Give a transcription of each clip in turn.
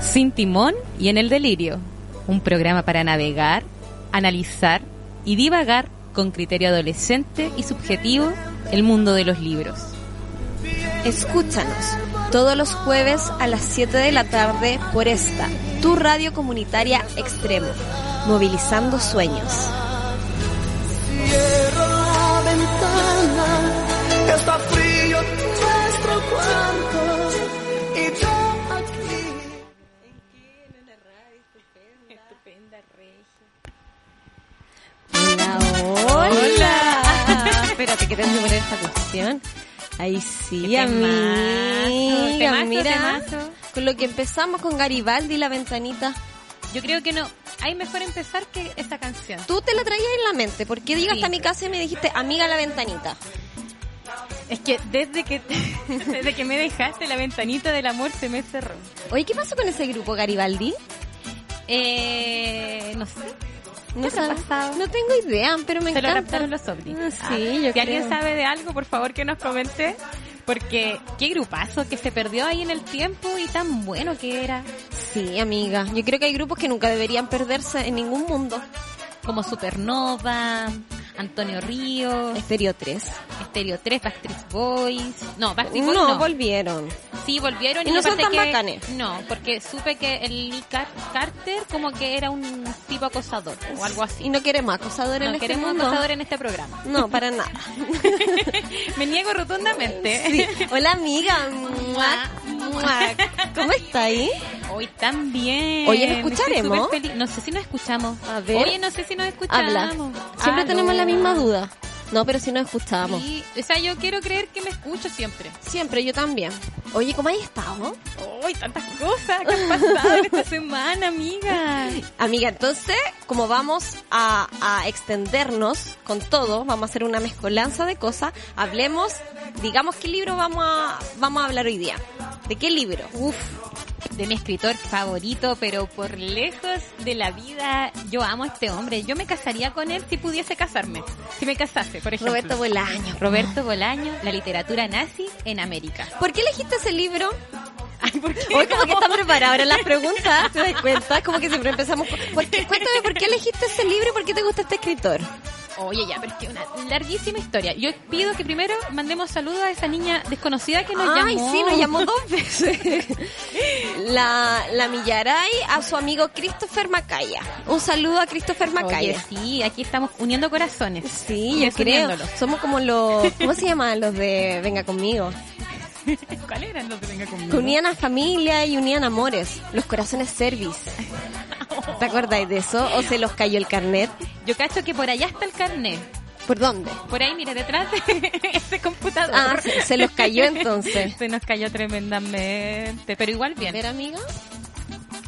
Sin timón y en el delirio. Un programa para navegar, analizar y divagar con criterio adolescente y subjetivo el mundo de los libros. Escúchanos todos los jueves a las 7 de la tarde por esta, tu radio comunitaria Extremo, movilizando sueños. Cierra la ventana, está frío nuestro cuarto y yo aquí. Hola, hola. Espérate que tengo que poner esta cuestión. Ahí sí, Qué temazo, amiga, temazo, mira, temazo. con lo que empezamos con Garibaldi y la ventanita, Yo creo que no. Hay mejor empezar que esta canción. tú te la traías en la mente, porque llegaste Sí. a mi casa y me dijiste, amiga, la ventanita. Es que desde que desde que me dejaste la ventanita del amor se me cerró. Oye, ¿qué pasó con ese grupo Garibaldi? Eh, no sé. No, ¿Qué sé, ha pasado? no tengo idea, pero me se lo encanta. raptaron los ovnis. Ah, Ah, sí, yo Si creo. alguien sabe de algo, por favor que nos comente. Porque qué grupazo que se perdió ahí en el tiempo y tan bueno que era. Sí, amiga. Yo creo que hay grupos que nunca deberían perderse en ningún mundo. Como Supernova, Antonio Ríos, Estéreo 3. Stereo 3, Backstreet Boys. No, Backstreet Boys No, no. volvieron. Sí, volvieron Y no me son parece tan que- bacanes. No, porque supe que el Nick Car- Carter como que era un tipo acosador o algo así. Y no queremos acosador en no este queremos mundo. acosador en este programa. No, para nada. Me niego rotundamente. Sí. Hola, amiga. Muac, muac. ¿Cómo está ahí? Hoy también. Oye, ¿nos escucharemos? Estoy súper feliz. No sé si nos escuchamos. A ver. Oye, no sé si nos escuchamos. Habla. Siempre Aló. tenemos la misma duda. No, pero si nos escuchábamos. Sí, O sea, yo quiero creer que me escucho siempre. Siempre, yo también. Oye, ¿cómo has estado? Uy, tantas cosas que han pasado en esta semana, amiga. Amiga, entonces, como vamos a, a extendernos con todo, vamos a hacer una mezcolanza de cosas, hablemos, digamos qué libro vamos a, vamos a hablar hoy día. ¿De qué libro? Uf, de mi escritor favorito, pero por lejos de la vida, yo amo a este hombre. Yo me casaría con él si pudiese casarme. Si me casase, por ejemplo. Roberto Bolaño. Roberto Bolaño, la literatura nazi en América. ¿Por qué elegiste ese libro? Ay, ¿por qué? Hoy como que están preparadas ahora las preguntas, ¿te das cuenta? Como que siempre empezamos... por- ¿por qué? Cuéntame, ¿por qué elegiste ese libro y por qué te gusta este escritor? Oye, ya, pero es que una larguísima historia. Yo pido que primero mandemos saludos a esa niña desconocida que nos Ay, llamó. sí, nos llamó dos veces. La, la Millaray a su amigo Christopher Macaya. Un saludo a Christopher Macaya. Oye, sí, aquí estamos uniendo corazones. Sí, yo creo. Desuniéndolos. Somos como los, ¿cómo se llaman los de Venga conmigo? ¿Cuáles eran los que venga conmigo? Que unían a familia y unían amores. Los corazones service. ¿Te acordáis de eso? ¿O se los cayó el carnet? Yo cacho que por allá está el carnet. ¿Por dónde? Por ahí, mira, detrás de ese computador. Ah, se, se los cayó entonces. Se nos cayó tremendamente, pero igual bien. ¿Ver, amiga?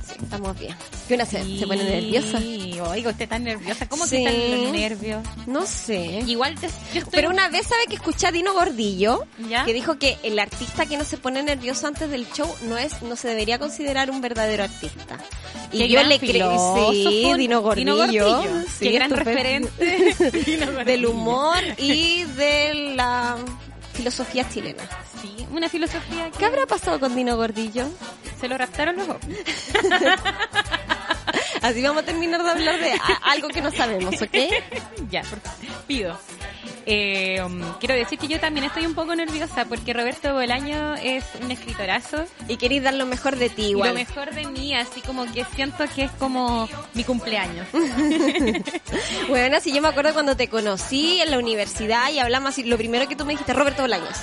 Sí, estamos bien. Que una se, se pone nerviosa. Sí, oiga, usted tan nerviosa. ¿Cómo que Sí. están los nervios? No sé. Igual te- yo estoy... Pero una vez sabe que escuché a Dino Gordillo, ¿Ya? que dijo que el artista que no se pone nervioso antes del show no es no se debería considerar un verdadero artista. Y Qué yo gran le creo, filósofo, sí, Dino Gordillo, Gordillo. sí, Qué gran estupendo. referente. Dino Gordillo. del humor y de la filosofía chilena. Sí, una filosofía ¿Qué que habrá pasado con Dino Gordillo? se lo raptaron los ovnis. Así vamos a terminar de hablar de a- algo que no sabemos, ¿ok? ya, por- pido. Eh, um, quiero decir que yo también estoy un poco nerviosa porque Roberto Bolaño es un escritorazo Y queréis dar lo mejor de ti y igual. lo mejor de mí, así como que siento que es como mi cumpleaños. Bueno, así yo me acuerdo cuando te conocí en la universidad y hablamos así, lo primero que tú me dijiste, Roberto Bolaños.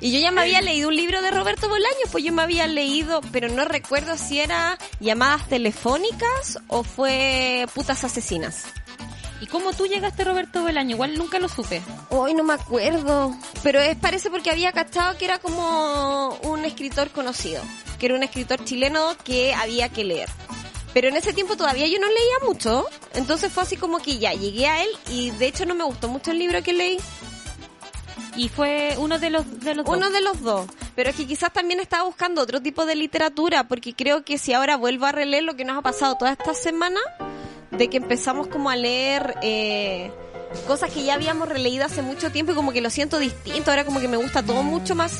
y yo ya me había leído un libro de Roberto Bolaños, pues yo me había leído, pero no recuerdo si era llamadas telefónicas o fue putas asesinas. ¿Y cómo tú llegaste, Roberto Bolaño? Igual nunca lo supe. Hoy no me acuerdo, pero es parece porque había cachado que era como un escritor conocido, que era un escritor chileno que había que leer. Pero en ese tiempo todavía yo no leía mucho, entonces fue así como que ya llegué a él y de hecho no me gustó mucho el libro que leí, Y fue uno de los... De los dos. uno de los dos. Pero es que quizás también estaba buscando otro tipo de literatura, porque creo que si ahora vuelvo a releer lo que nos ha pasado toda esta semana, de que empezamos como a leer eh, cosas que ya habíamos releído hace mucho tiempo y como que lo siento distinto, ahora como que me gusta todo mucho más.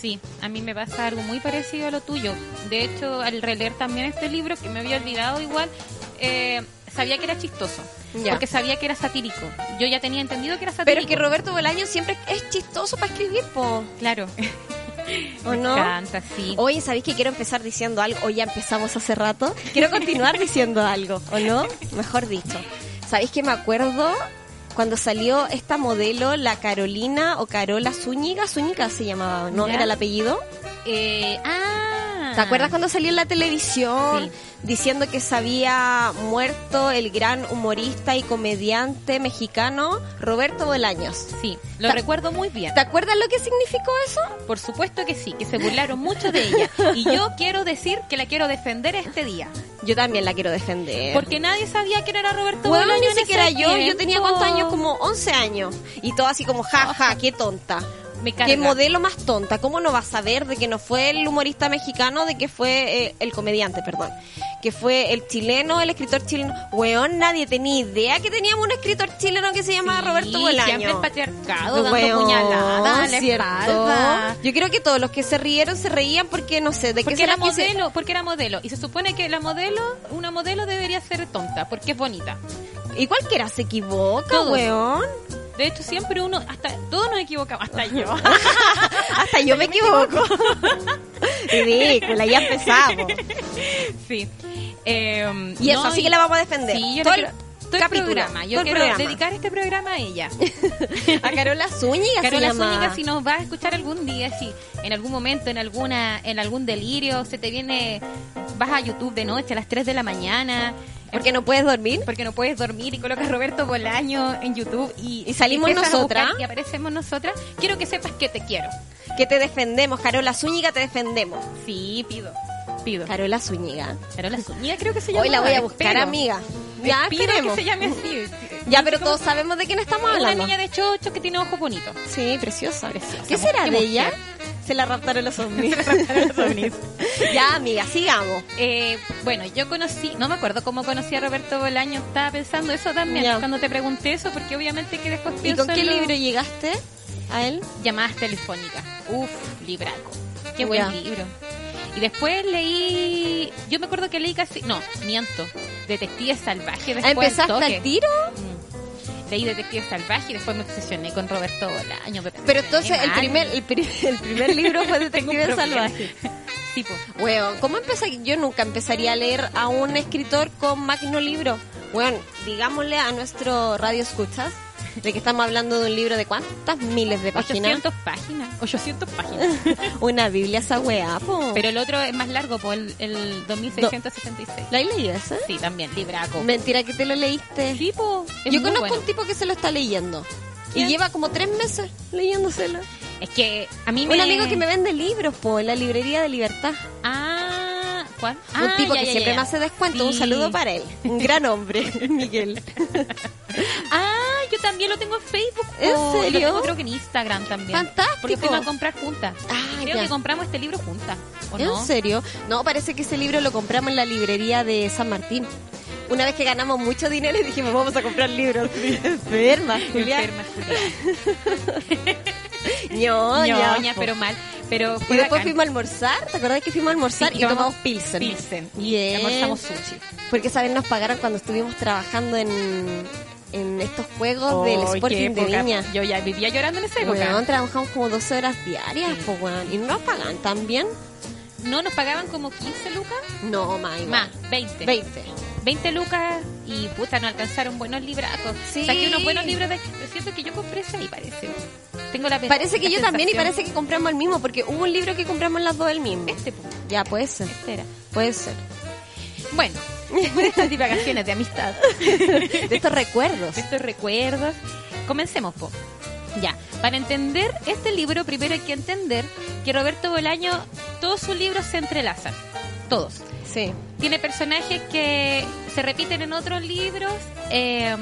Sí, a mí me pasa algo muy parecido a lo tuyo. De hecho, al releer también este libro, que me había olvidado igual, eh, sabía que era chistoso. Ya. Porque sabía que era satírico. Yo ya tenía entendido que era Pero satírico. es que Roberto Bolaño siempre es chistoso para escribir, po. Claro. ¿O Me no? encanta, sí. Oye, ¿sabéis que quiero empezar diciendo algo? O ya empezamos hace rato. Quiero continuar diciendo algo, ¿o no? Mejor dicho. ¿Sabéis que me acuerdo cuando salió esta modelo, la Carolina o Carola Zúñiga? Zúñiga se llamaba, ¿no? ¿Ya? Era el apellido. Eh, ah. ¿Te acuerdas cuando salió en la televisión diciendo que se había muerto el gran humorista y comediante mexicano Roberto Bolaños? Sí, lo Ta- recuerdo muy bien. ¿Te acuerdas lo que significó eso? Por supuesto que sí, que se burlaron mucho de ella. Y yo quiero decir que la quiero defender este día. Yo también la quiero defender. Porque nadie sabía quién era Roberto Bueno, Bolaño Eh, ni en ese siquiera yo, yo tiempo. tenía cuántos años, como 11 años. Y todo así como, ja, ja, qué tonta. Me carga. Qué modelo más tonta. ¿Cómo no vas a saber de que no fue el humorista mexicano, de que fue eh, el comediante, perdón? Que fue el chileno, el escritor chileno. Weón, nadie tenía idea que teníamos un escritor chileno que se llamaba Sí, Roberto Bolaño. Siempre el patriarcado dando Weón, puñaladas a la ¿cierto? espalda. Yo creo que todos los que se rieron se reían porque, no sé, de qué Porque será era que se- modelo, porque era modelo. Y se supone que la modelo, una modelo debería ser tonta, porque es bonita. Y cualquiera se equivoca, Todos. weón. De hecho, siempre uno, hasta todos nos equivocamos, hasta yo. Hasta yo me equivoco. Ridícula, ya empezamos. sí. Eh, Y eso, no, así que la vamos a defender. Sí, yo Todo le el quiero, todo el capítulo, programa. Yo todo el quiero programa. dedicar este programa a ella. A Carola Zúñiga se Carola llama. Zúñiga, si nos va a escuchar algún día, si en algún momento, en alguna en algún delirio, se te viene, vas a YouTube de noche a las 3 de la mañana, Porque no puedes dormir. porque no puedes dormir y colocas Roberto Bolaño en YouTube y, Y salimos empiezas a nosotras. buscar Y aparecemos nosotras. Quiero que sepas que te quiero. Que te defendemos, Carola Zúñiga, te defendemos. Sí, pido. Pido. Carola Zúñiga. Carola Zúñiga creo que se llama. Hoy la voy a buscar, espero. amiga. Ya, Ya, que esperemos. se llame así. Ya, pero No sé todos sabemos de quién cómo- estamos Una hablando. niña de chocho que tiene ojos bonitos. Sí, preciosa, preciosa. ¿Qué Mu- será qué de mujer. ella? Se la raptaron los ovnis. ovnis. ya, amiga, sigamos. Eh, bueno, yo conocí, no me acuerdo cómo conocí a Roberto Bolaño, estaba pensando eso también Ya. cuando te pregunté eso, porque obviamente que después ¿Y pienso con qué en lo- libro llegaste a él? Llamadas telefónicas. Uf, libraco. Qué buen Ya. libro. Y después leí, yo me acuerdo que leí casi, no, miento, Detective Salvaje. Después al Ah, ¿Empezaste toque. al tiro? Mm. Leí Detective Salvaje y después me obsesioné con Roberto Bolaño. me obsesioné Pero entonces el mal. primer, el, pri- el primer libro fue Tengo un Detective problema. Salvaje. Tipo, Weón, ¿cómo empecé? Yo nunca empezaría a leer a un escritor con magno libro. Weón, digámosle a nuestro radio escuchas de que estamos hablando de un libro de cuántas miles de páginas. 800 páginas. 800 páginas. Una Biblia esa weá, po. Pero el otro es más largo, por pues, el, el 2666. ¿La has leído esa? Sí, también, libraco. Oh. Mentira que te lo leíste. Sí, po, es Yo muy conozco bueno. un tipo que se lo está leyendo. ¿Quién? Y lleva como tres meses leyéndoselo. Es que a mí me... Un amigo que me vende libros, po, en la librería de libertad. Ah, ¿cuál? un Ah, tipo ya, que ya, siempre ya. me hace descuento. Un Sí. saludo para él. Un gran hombre, Miguel. Ah, yo también lo tengo en Facebook. ¿En po, y serio? Lo tengo creo que en Instagram también. Fantástico. Porque fuimos a comprar juntas. Ah, creo ya. que compramos este libro juntas. ¿o ¿En no? serio? No, parece que ese libro lo compramos en la librería de San Martín. Una vez que ganamos mucho dinero y dijimos, vamos a comprar libros. Enferma, Julia. Enferma, Julia. Ñoña. Ñoña, pero mal. Pero Oh, Y fue después bacán. fuimos a almorzar, ¿te acordás que fuimos a almorzar Sí, y tomamos Pilsen? Pilsen. Y Bien. almorzamos sushi. Porque esa vez nos pagaron cuando estuvimos trabajando en, en estos juegos del Ay, qué Sporting de época. Viña. Yo ya vivía llorando en esa época. Weón, trabajamos como 12 horas diarias, Sí. po, weón. ¿Y no nos pagan tan bien? No, nos pagaban como 15 lucas. No, más. igual. Más, 20. 20. 20 lucas y puta, no alcanzaron buenos libracos. Sí. Saqué unos buenos libros de. Lo siento que yo compré seis, parece. Tengo la pe- Parece que la yo también y sensación. parece que compramos el mismo, porque hubo un libro que compramos las dos el mismo. Este, po, Ya, puede ser, este era. puede ser. Bueno, de estas divagaciones de amistad, De estos recuerdos. de estos recuerdos. Comencemos, po. Ya, para entender este libro, primero hay que entender que Roberto Bolaño, todos sus libros se entrelazan. Todos. Sí. Tiene personajes que se repiten en otros libros eh,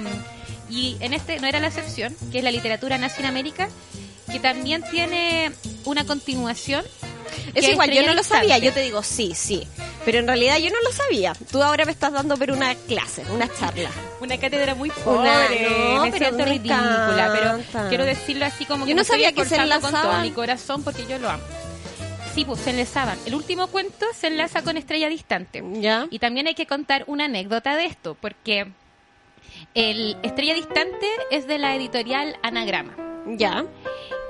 y en este no era la excepción, que es la literatura nazi en América, que también tiene una continuación. que Eso es igual, yo Estrella no lo sabía. Distante. Yo te digo, sí, sí. Pero en realidad yo no lo sabía. Tú ahora me estás dando pero una clase, una charla. Una cátedra muy pobre, Una- no, me pero siento me ridícula, pero encanta. quiero decirlo así como que Yo me no estoy sabía que se esforzando con todo enlazaban. mi corazón porque yo lo amo. Sí, pues se enlazaban. El último cuento se enlaza con Estrella Distante. ¿Ya? Y también hay que contar una anécdota de esto, porque el Estrella Distante es de la editorial Anagrama. Ya.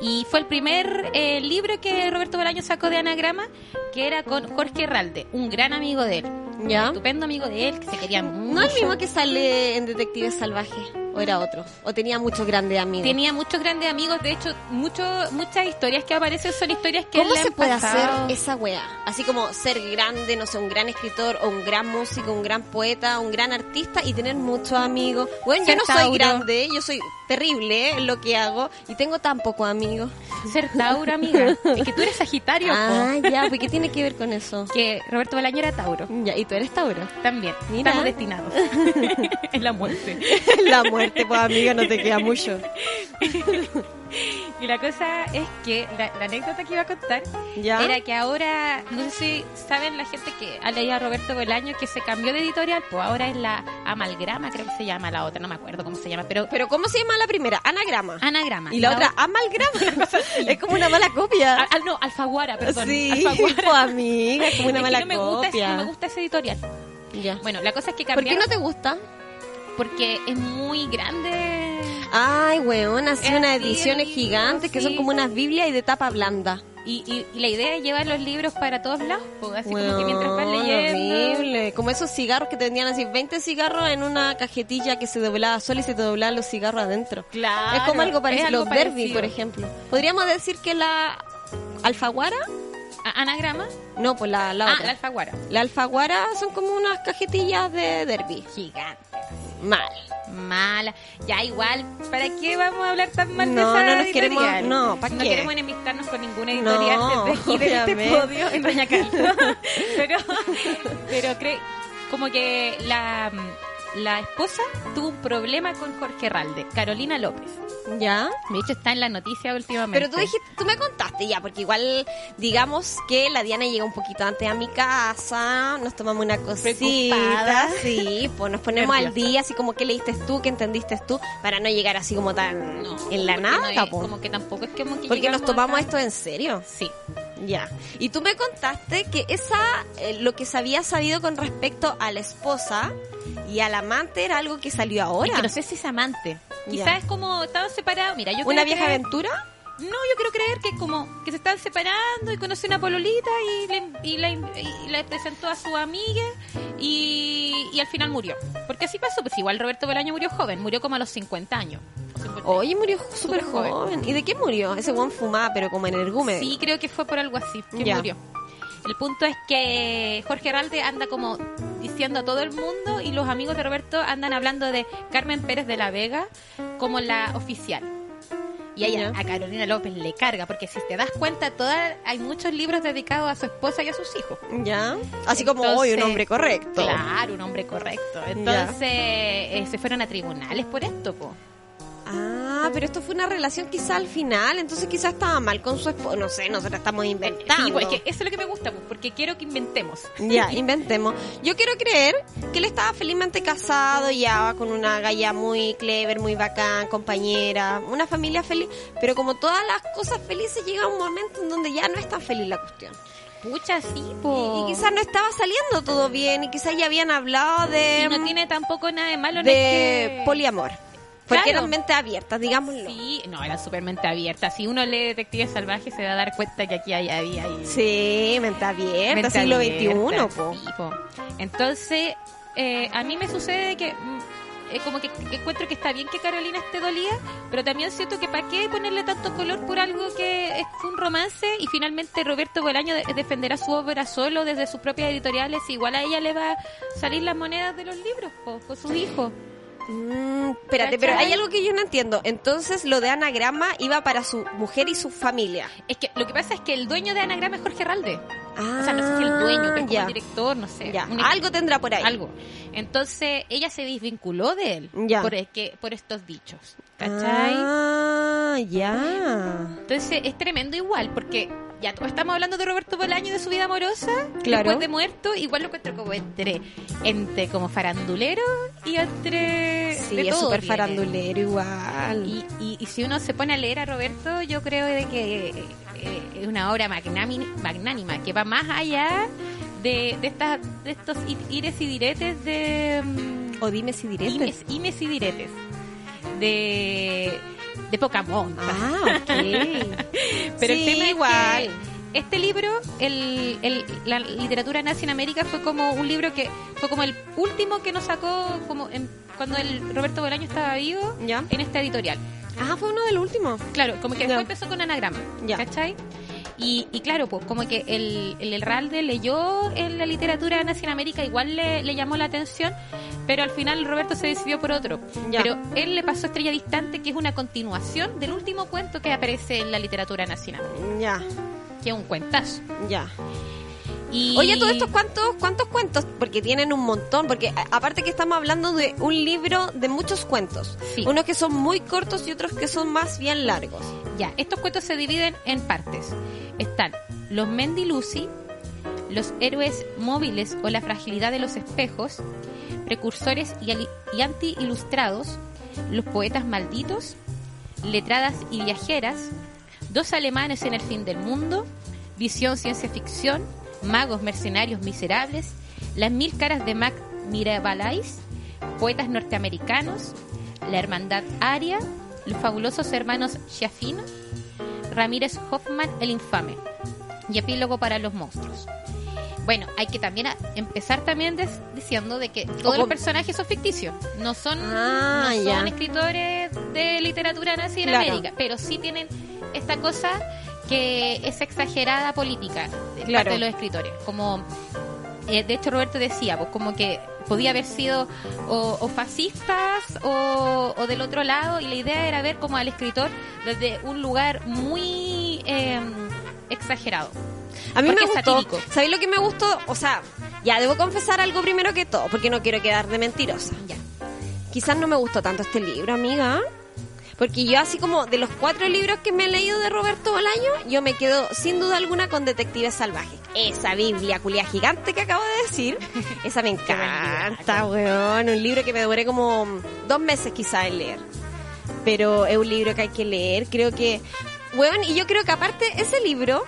Y fue el primer eh, libro que Roberto Bolaño sacó de Anagrama, que era con Jorge Herralde, un gran amigo de él. Ya. Estupendo amigo de él, que se querían mucho. ¿No es el mismo que sale en Detective Salvaje? ¿O era otro? ¿O tenía muchos grandes amigos? Tenía muchos grandes amigos, de hecho, mucho, muchas historias que aparecen son historias que ¿Cómo él le se han puede pasado. hacer esa weá? Así como ser grande, no sé, un gran escritor, o un gran músico, un gran poeta, un gran artista y tener muchos amigos. Bueno, yo Ser no soy Tauro. grande, yo soy terrible eh, en lo que hago y tengo tan pocos amigos. Ser Tauro, amiga. Es que tú eres Sagitario, po. Ah, ya, pues ¿qué tiene que ver con eso? que Roberto Bolaño era Tauro. Ya, y tú eres Tauro. También, Mira. estamos destinados. es la muerte. La muerte, pues amiga, no te queda mucho. Y la cosa es que la, la anécdota que iba a contar ¿Ya? era que ahora, no sé si saben la gente que ha leído a Roberto Bolaño que se cambió de editorial, pues ahora es la Amalgrama, creo que se llama la otra, no me acuerdo cómo se llama, pero Pero ¿cómo se llama la primera? Anagrama. Anagrama. y la, otra, amalgrama. es como una mala copia. Ah, ah, no, Alfaguara, perdón. sí, Alfaguara. pues amiga, es como una Es que mala no me gusta, ese- copia. no me gusta ese editorial. Ya. Bueno, la cosa es que ¿Por qué cambiaron no te gusta? porque es muy grande. Ay, weón, así Es unas así, ediciones el libro, gigantes que son sí. como unas Biblias y de tapa blanda. Y, y- y la idea es llevar los libros para todos lados, pues, así como que Weón, mientras vas leyendo. horrible. Como esos cigarros que te vendían así, 20 cigarros en una cajetilla que se doblaba sola y se te doblaban los cigarros adentro. Claro, es como algo parecido. es algo los derby, parecido. por ejemplo. ¿Podríamos decir que la alfaguara? A- Anagrama, No, pues la, la ah, otra. la Alfaguara. La alfaguara son como unas cajetillas de derby. Gigante. Mal. Mala. Ya igual, ¿para qué vamos a hablar tan mal de No, esa no nos editorial? queremos- no, ¿pa' No qué? queremos enemistarnos con ninguna editorial No, desde aquí, desde este obviamente. podio en Doña Carla. pero, pero cre- como que la, la esposa tuvo un problema con Jorge Ralde, Carolina López. ¿Ya? De hecho, está en la noticia últimamente. Pero tú dijiste, tú me contaste ya, porque igual digamos que la Diana llega un poquito antes a mi casa, nos tomamos una cosita, Preocupada. sí, pues nos ponemos al Nerviosa. día, así como que leíste tú, que entendiste tú, para no llegar así como tan No, en la porque nada, no es- po. como que tampoco es que como que porque llegamos nos tomamos acá. esto en serio. Sí. Ya. Y tú me contaste que esa eh, lo que se había sabido con respecto a la esposa y al amante era algo que salió ahora. Es que no sé si es amante. Quizás Ya. es como estaban separados. Mira, yo una creo vieja que- aventura? No, yo quiero creer que como que se están separando y conoce una pololita y le, y la, y la presentó a su amiga y, y al final murió. Porque así pasó, pues igual Roberto Bolaño murió joven, murió como a los 50 años. O 50. Oye, murió súper joven. joven. ¿Y de qué murió? Ese guan fumaba, pero como en el gume. Sí, creo que fue por algo así, que Ya. murió. El punto es que Jorge Heralde anda como diciendo a todo el mundo y los amigos de Roberto andan hablando de Carmen Pérez de la Vega como la oficial. Y a ella, Ya. a Carolina López le carga, porque si te das cuenta, toda, hay muchos libros dedicados a su esposa y a sus hijos. Ya. Así como Entonces- hoy un hombre correcto. Claro, un hombre correcto. Entonces eh, se fueron a tribunales por esto, po. Ah, pero esto fue una relación quizá al final, entonces quizá estaba mal con su esposo. No sé, nosotros estamos inventando. Sí, pues, es que eso es lo que me gusta, pues, porque quiero que inventemos. Ya, inventemos. Yo quiero creer que él estaba felizmente casado ya con una galla muy clever, muy bacán, compañera, una familia feliz, pero como todas las cosas felices llega un momento en donde ya no es tan feliz la cuestión. Pucha, sí, Y, po. y quizás no estaba saliendo todo bien y quizás ya habían hablado de... Y no tiene tampoco nada de malo en Em, de este- poliamor. Porque Claro. eran mentes abiertas, digámoslo. Sí, no, era súper mente abierta. Si uno lee Detectives Salvajes se va a dar cuenta que aquí hay, había ahí. Sí, mente abierta, mente siglo abierta, XXI, po. sí, po. Entonces, eh, a mí me sucede que mm, eh, como que que encuentro que está bien que Carolina esté dolida, pero también siento que para qué ponerle tanto color por algo que es un romance y finalmente Roberto Bolaño de- defenderá su obra solo desde sus propias editoriales, igual a ella le va a salir las monedas de los libros po, por sus hijos. Mm, ¿Cachai? espérate, pero hay algo que yo no entiendo. Entonces, lo de anagrama iba para su mujer y su familia. Es que lo que pasa es que el dueño de Anagrama es Jorge Ralde. Ah, o sea, no sé si el dueño, pero es como ya, el director, no sé. ya. un- Algo tendrá por ahí. algo. Entonces, ella se desvinculó de él Ya. por, es que, por estos dichos. ¿Cachai? Ah, ya. Entonces es tremendo igual, porque ya todos estamos hablando de Roberto Bolaño y de su vida amorosa, Claro. después de muerto, igual lo encuentro como entre, entre como farandulero y entre Sí, de es todo súper tiene. farandulero igual. Y, y, y si uno se pone a leer a Roberto, yo creo de que eh, eh, es una obra magnámi- magnánima, que va más allá de, de, estas, de estos i- ires y diretes de... mm, o dime si directo. Imes, Imes y diretes. De, de Pokémon. Ah, ok. Pero Sí, el tema es igual. que este libro, el, el- la literatura nazi en América, fue como un libro que fue como el último que nos sacó como en- cuando el Roberto Bolaño estaba vivo Ya. en esta editorial. Ah, fue uno del último. Claro, como que Ya. después empezó con anagrama, Ya. ¿cachai? Y, y claro, pues como que el, el Herralde leyó en la literatura nazi en América, igual le, le llamó la atención, pero al final Roberto se decidió por otro. Ya. Pero él le pasó Estrella Distante, que es una continuación del último cuento que aparece en la literatura nazi en América Ya, que es un cuentazo. ya. Y... Oye, todos estos cuántos, cuántos cuentos, porque tienen un montón, porque a- aparte que estamos hablando de un libro de muchos cuentos, Sí. unos que son muy cortos y otros que son más bien largos. Ya, estos cuentos se dividen en partes. Están los Mendy Lucy, los héroes móviles o la fragilidad de los espejos, precursores y, ali- y anti-ilustrados, los poetas malditos, letradas y viajeras, dos alemanes en el fin del mundo, visión ciencia ficción, magos mercenarios miserables, las mil caras de Mac Mirabalais, poetas norteamericanos, la hermandad aria, los fabulosos hermanos Shafino, Ramírez Hoffman el infame y epílogo para los monstruos. Bueno, hay que también a- empezar también des- diciendo de que todos los com- personajes son ficticios, no son, Ah, no ya. son escritores de literatura nazi en Claro. América, pero sí tienen esta cosa que es exagerada política de Claro. parte de los escritores, como eh, de hecho, Roberto decía, pues como que podía haber sido o, o fascistas o, o del otro lado, y la idea era ver como al escritor desde un lugar muy eh, exagerado. A mí Porque me es gustó, satírico. ¿sabéis lo que me gustó? O sea, ya debo confesar algo primero que todo, porque no quiero quedar de mentirosa. Ya. Quizás no me gustó tanto este libro, amiga, porque yo así como de los cuatro libros que me he leído de Roberto Bolaño, yo me quedo sin duda alguna con Detectives Salvajes. Esa Biblia culia gigante que acabo de decir, esa me buen encanta, weón. Un libro que me duré como dos meses quizás en leer pero es un libro que hay que leer. Creo que, weón, y yo creo que aparte ese libro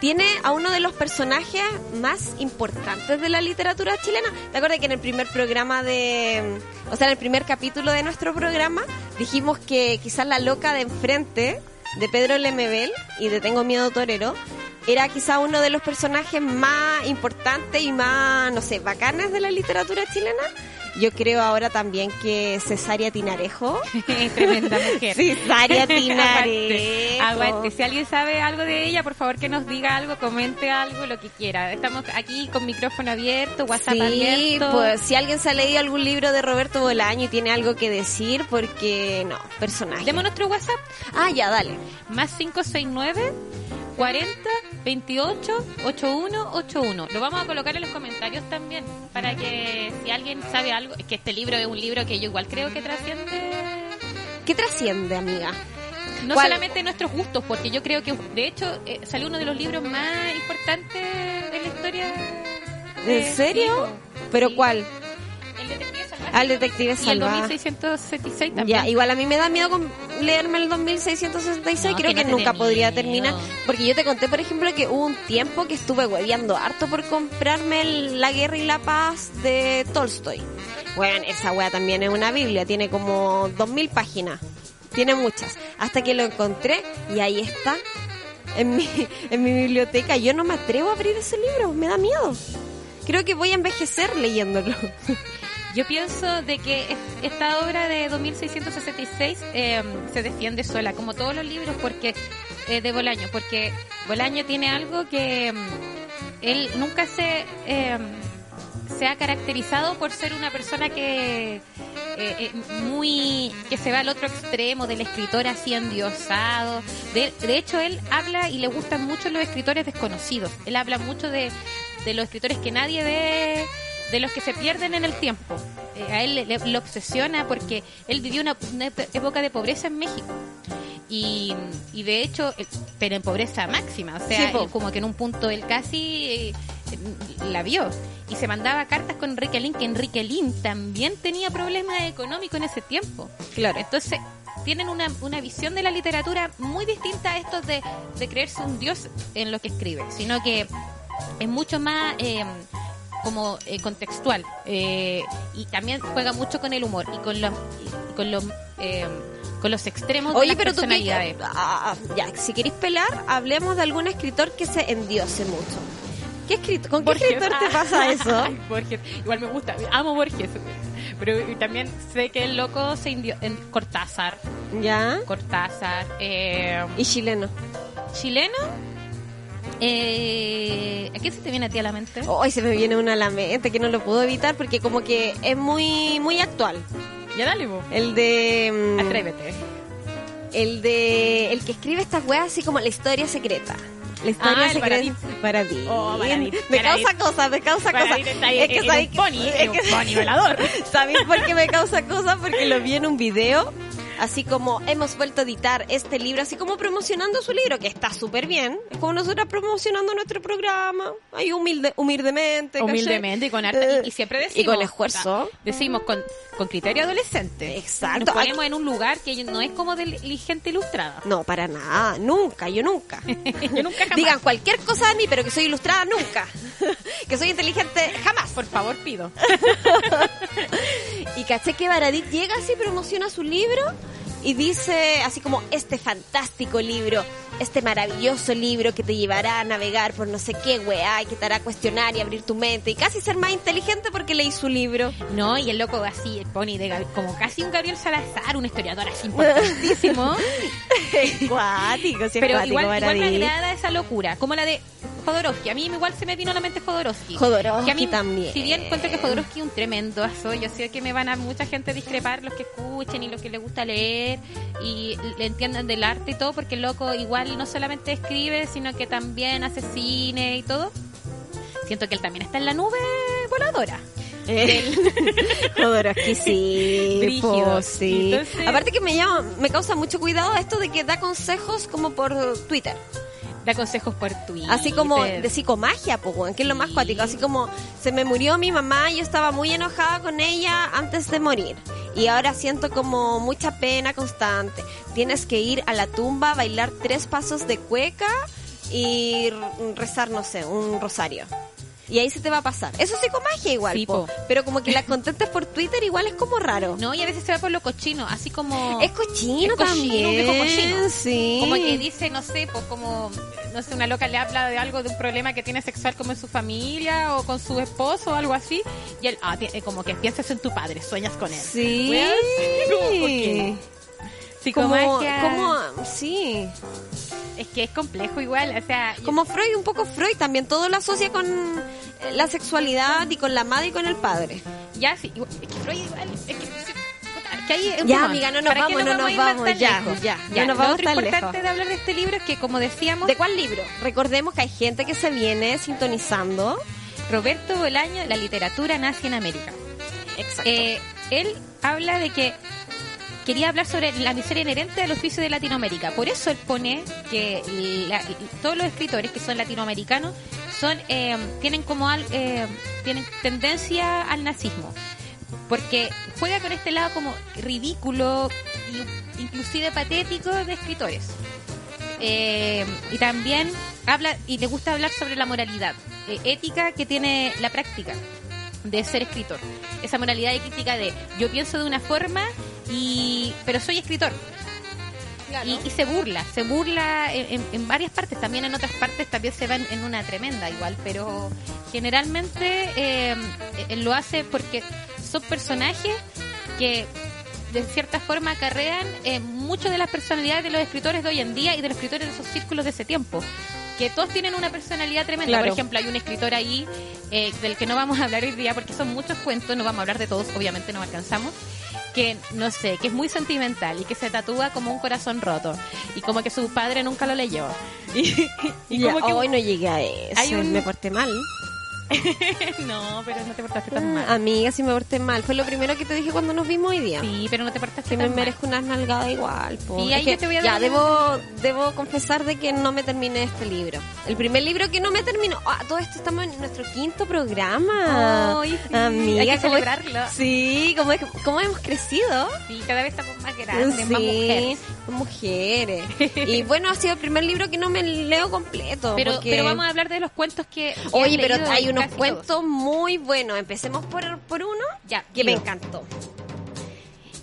tiene a uno de los personajes más importantes de la literatura chilena. ¿Te acuerdas que en el primer programa de, o sea, en el primer capítulo de nuestro programa dijimos que quizás la loca de enfrente de Pedro Lemebel y de Tengo Miedo Torero era quizás uno de los personajes más importantes y más, no sé, bacanes de la literatura chilena? Yo creo ahora también que Cesaria Tinarejo Tremenda mujer. Sí, Saria Aguante, Tinarejo. aguante. Si alguien sabe algo de ella, por favor que nos diga algo, comente algo, lo que quiera. Estamos aquí con micrófono abierto, WhatsApp Sí, abierto. pues si alguien se ha leído algún libro de Roberto Bolaño y tiene algo que decir, porque no, personaje. Demos nuestro WhatsApp. Ah, ya, dale. más 569 40 28 81 81. Lo vamos a colocar en los comentarios también para que si alguien sabe algo, es que este libro es un libro que yo igual creo que trasciende ¿Qué trasciende, amiga? no ¿Cuál? solamente nuestros gustos, porque yo creo que de hecho eh, salió uno de los libros más importantes de la historia. de- ¿En serio? Eh, Sí, ¿Pero Sí. cuál? El detective salvaje. Al detective y el salvaje. 2666 también. Ya, igual a mí me da miedo con leerme el 2666, No, creo que que, no te nunca dé podría miedo. terminar, porque yo te conté, por ejemplo, que hubo un tiempo que estuve hueviando harto por comprarme el La Guerra y la Paz de Tolstoy. Bueno, esa wea también es una Biblia, tiene como 2000 páginas, tiene muchas, hasta que lo encontré y ahí está. En mi, en mi biblioteca yo no me atrevo a abrir ese libro, me da miedo. Creo que voy a envejecer leyéndolo. Yo pienso de que es- esta obra de 2666 eh, se defiende sola, como todos los libros porque eh, de Bolaño, porque Bolaño tiene algo que mm, él nunca se eh, se ha caracterizado por ser una persona que eh, eh, muy que se va al otro extremo del escritor así endiosado. De, de hecho, él habla y le gustan mucho los escritores desconocidos. Él habla mucho de, de los escritores que nadie ve, de los que se pierden en el tiempo. Eh, a él le, le- le obsesiona porque él vivió una, una ep- época de pobreza en México. Y, y de hecho, eh, pero en pobreza máxima, o sea, Sí, po. él como que en un punto él casi eh, la vio y se mandaba cartas con Enrique Lin, que Enrique Lin también tenía problemas económicos en ese tiempo. Claro. Entonces, tienen una, una visión de la literatura muy distinta a estos de, de creerse un dios en lo que escribe, sino que es mucho más eh, como eh, contextual eh, y también juega mucho con el humor y con los, y con los, eh, con los extremos de Oye, las pero tú personalidades. que, ah, ah, ya, si queréis pelar, hablemos de algún escritor que se endiose mucho. ¿Qué escritor, ¿Con qué Borges. escritor te pasa eso? Ay, Borges. Igual me gusta, amo Borges. Pero también sé que el loco se indio en Cortázar, ¿Ya? Cortázar, eh, Y chileno. chileno. Eh, ¿A qué se te viene a ti a la mente? Hoy se me viene una a la mente que no lo puedo evitar porque como que es muy muy actual. Ya dale, vos. El de... mm, Atrévete. El de... El que escribe estas weas así como la historia secreta. La historia Ah, el secreta. Baradit. Para ti. Oh, Baradit. Me Baradit. causa cosas, me causa Para cosas. ir está ahí, en- en sabéis un pony, en un pony velador. ¿Sabéis por qué me causa cosas? Porque lo vi en un video, así como hemos vuelto a editar este libro, así como promocionando su libro, que está súper bien. Es como nosotras promocionando nuestro programa, ahí humilde, humildemente. ¿cachai? Humildemente y con harta, Eh, y, y siempre decimos Y con esfuerzo. ah, decimos con, con criterio adolescente Exacto. nos ponemos en un lugar que no es como de li- gente ilustrada No, para nada, nunca, yo nunca. yo nunca jamás Digan cualquier cosa de mí, pero que soy ilustrada nunca. que soy inteligente jamás. por favor pido Y caché que Baradit llega así, promociona su libro y dice así como este fantástico libro, este maravilloso libro que te llevará a navegar por no sé qué weá y que te hará cuestionar y abrir tu mente y casi ser más inteligente porque leí su libro. No, y el loco así, el pony de Gab- como casi un Gabriel Salazar, un historiador así importantísimo. Cuático, sí, pero cuático, igual, igual me Baradit. agrada esa locura, como la de Jodorowsky. A mí igual se me vino a la mente Jodorowsky. Jodorowsky Que a mí, también. Si bien encuentro que Jodorowsky es un tremendo aso, yo sé que me van a mucha gente discrepar los que escuchen y los que les gusta leer y le entiendan del arte y todo, porque el loco igual no solamente escribe, sino que también hace cine y todo. Siento que él también está en la nube voladora. Eh, Jodorowsky, sí, po, Brígido. sí. Entonces- Aparte que me llama, me causa mucho cuidado esto de que da consejos como por Twitter. Da consejos por Twitter. Así como de psicomagia, pues, weón, que es lo más Sí. cuático. Así como se me murió mi mamá, yo estaba muy enojada con ella antes de morir. Y ahora siento como mucha pena constante. Tienes que ir a la tumba, bailar tres pasos de cueca y r- rezar, no sé, un rosario. Y ahí se te va a pasar. Eso es psicomagia igual, Sí, po. po. Pero como que la contestas por Twitter igual es como raro. No, y a veces se va por lo cochino, así como... Es cochino Es cochino, un también. viejo cochino. Sí. Como que dice, no sé, pues como, no sé, una loca le habla de algo, de un problema que tiene sexual como en su familia o con su esposo o algo así. Y él, ah, ti- eh, como que piensas en tu padre, sueñas con él. Sí. Weón, como, ¿por qué? como, Psicomagia. como, sí, Es que es complejo igual, o sea... yo- como Freud, un poco Freud también, todo lo asocia con eh, la sexualidad y con la madre y con el padre. Ya, sí, igual- es que Freud igual, es que... es que ahí es un Ya, montón. amiga, no nos ¿Para qué vamos, no nos a ir más vamos, tan ya, lejos? ya, no nos vamos Lo otro tan importante lejos. de hablar de este libro es que, como decíamos, ¿De cuál libro? Recordemos que hay gente que se viene sintonizando. Roberto Bolaño, la literatura nace en América. Exacto. Eh, él habla de que quería hablar sobre la miseria inherente al oficio de Latinoamérica. Por eso él pone que la- todos los escritores que son latinoamericanos son eh, tienen como al- eh, tienen tendencia al nazismo, porque juega con este lado como ridículo y inclusive patético de escritores. Eh, y también habla y le gusta hablar sobre la moralidad eh, ética que tiene la práctica de ser escritor. Esa moralidad y crítica de yo pienso de una forma y pero soy escritor. Y, y se burla, se burla en, en- en varias partes, también en otras partes también se va en, en una tremenda igual, pero generalmente eh, él lo em, e, hace porque son personajes que de cierta forma acarrean eh, mucho de las personalidades de los escritores de hoy en día y de los escritores de esos círculos de ese tiempo. Que todos tienen una personalidad tremenda. Claro. Por ejemplo, hay un escritor ahí eh, del que no vamos a hablar hoy día porque son muchos cuentos, no vamos a hablar de todos, obviamente no alcanzamos. Que no sé, que es muy sentimental y que se tatúa como un corazón roto y como que su padre nunca lo leyó. Y, y Ya, como que. hoy no llegué a eso. Hay un- Me porté mal. no, pero no te portaste tan mal. Amiga, sí me porté mal. Fue lo primero que te dije cuando nos vimos hoy día. Sí, pero no te portaste Que me tan mal. merezco unas nalgadas igual. po. Sí, ahí Es que yo te voy a ya, dar- debo, debo confesar de que no me terminé este libro. El primer libro que no me terminó. Ah, todo esto estamos en nuestro quinto programa. Ay, sí, Amiga, hay que ¿cómo es- celebrarlo. Sí, ¿cómo, es- cómo hemos crecido? Sí, cada vez estamos más grandes, Sí, más mujeres. mujeres. Y bueno, ha sido el primer libro que no me leo completo. Pero, porque- pero vamos a hablar de los cuentos que. que Oye, han pero leído hay y unos casi cuentos todos. muy buenos. Empecemos por, por uno Ya, que me dilo. encantó.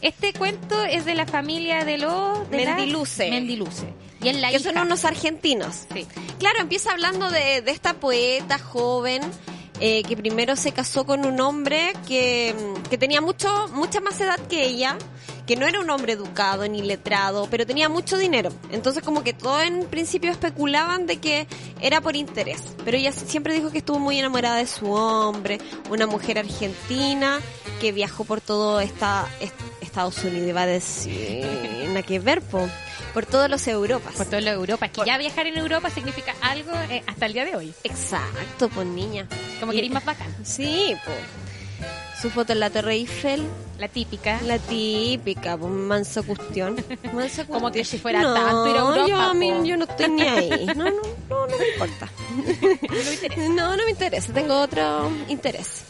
Este cuento es de la familia de los. De la- Mendiluce. Mendiluce. Y es la que hija. son unos argentinos. Sí. Claro, empieza hablando de, de esta poeta joven eh, que primero se casó con un hombre que, mm, que tenía mucho, mucha más edad que ella, que no era un hombre educado ni letrado, pero tenía mucho dinero. Entonces como que todo en principio especulaban de que era por interés. Pero ella siempre dijo que estuvo muy enamorada de su hombre, una mujer argentina que viajó por todo esta, est- Estados Unidos, iba a decir, nada que ver, po, por todos los Europas. Por toda la Europa. Es que ya viajar en Europa significa algo eh, hasta el día de hoy. Exacto, pues niña. Como Y- que eres más bacán. Sí, pues. Su foto en la Torre Eiffel, La típica. la típica, pues mansa cuestión. Mansa cuestión. Como que si fuera tanto ir a No, Europa, Yo, a mí- po. yo no estoy ni ahí. No, no, no, no me importa. No, no me interesa, tengo otro interés.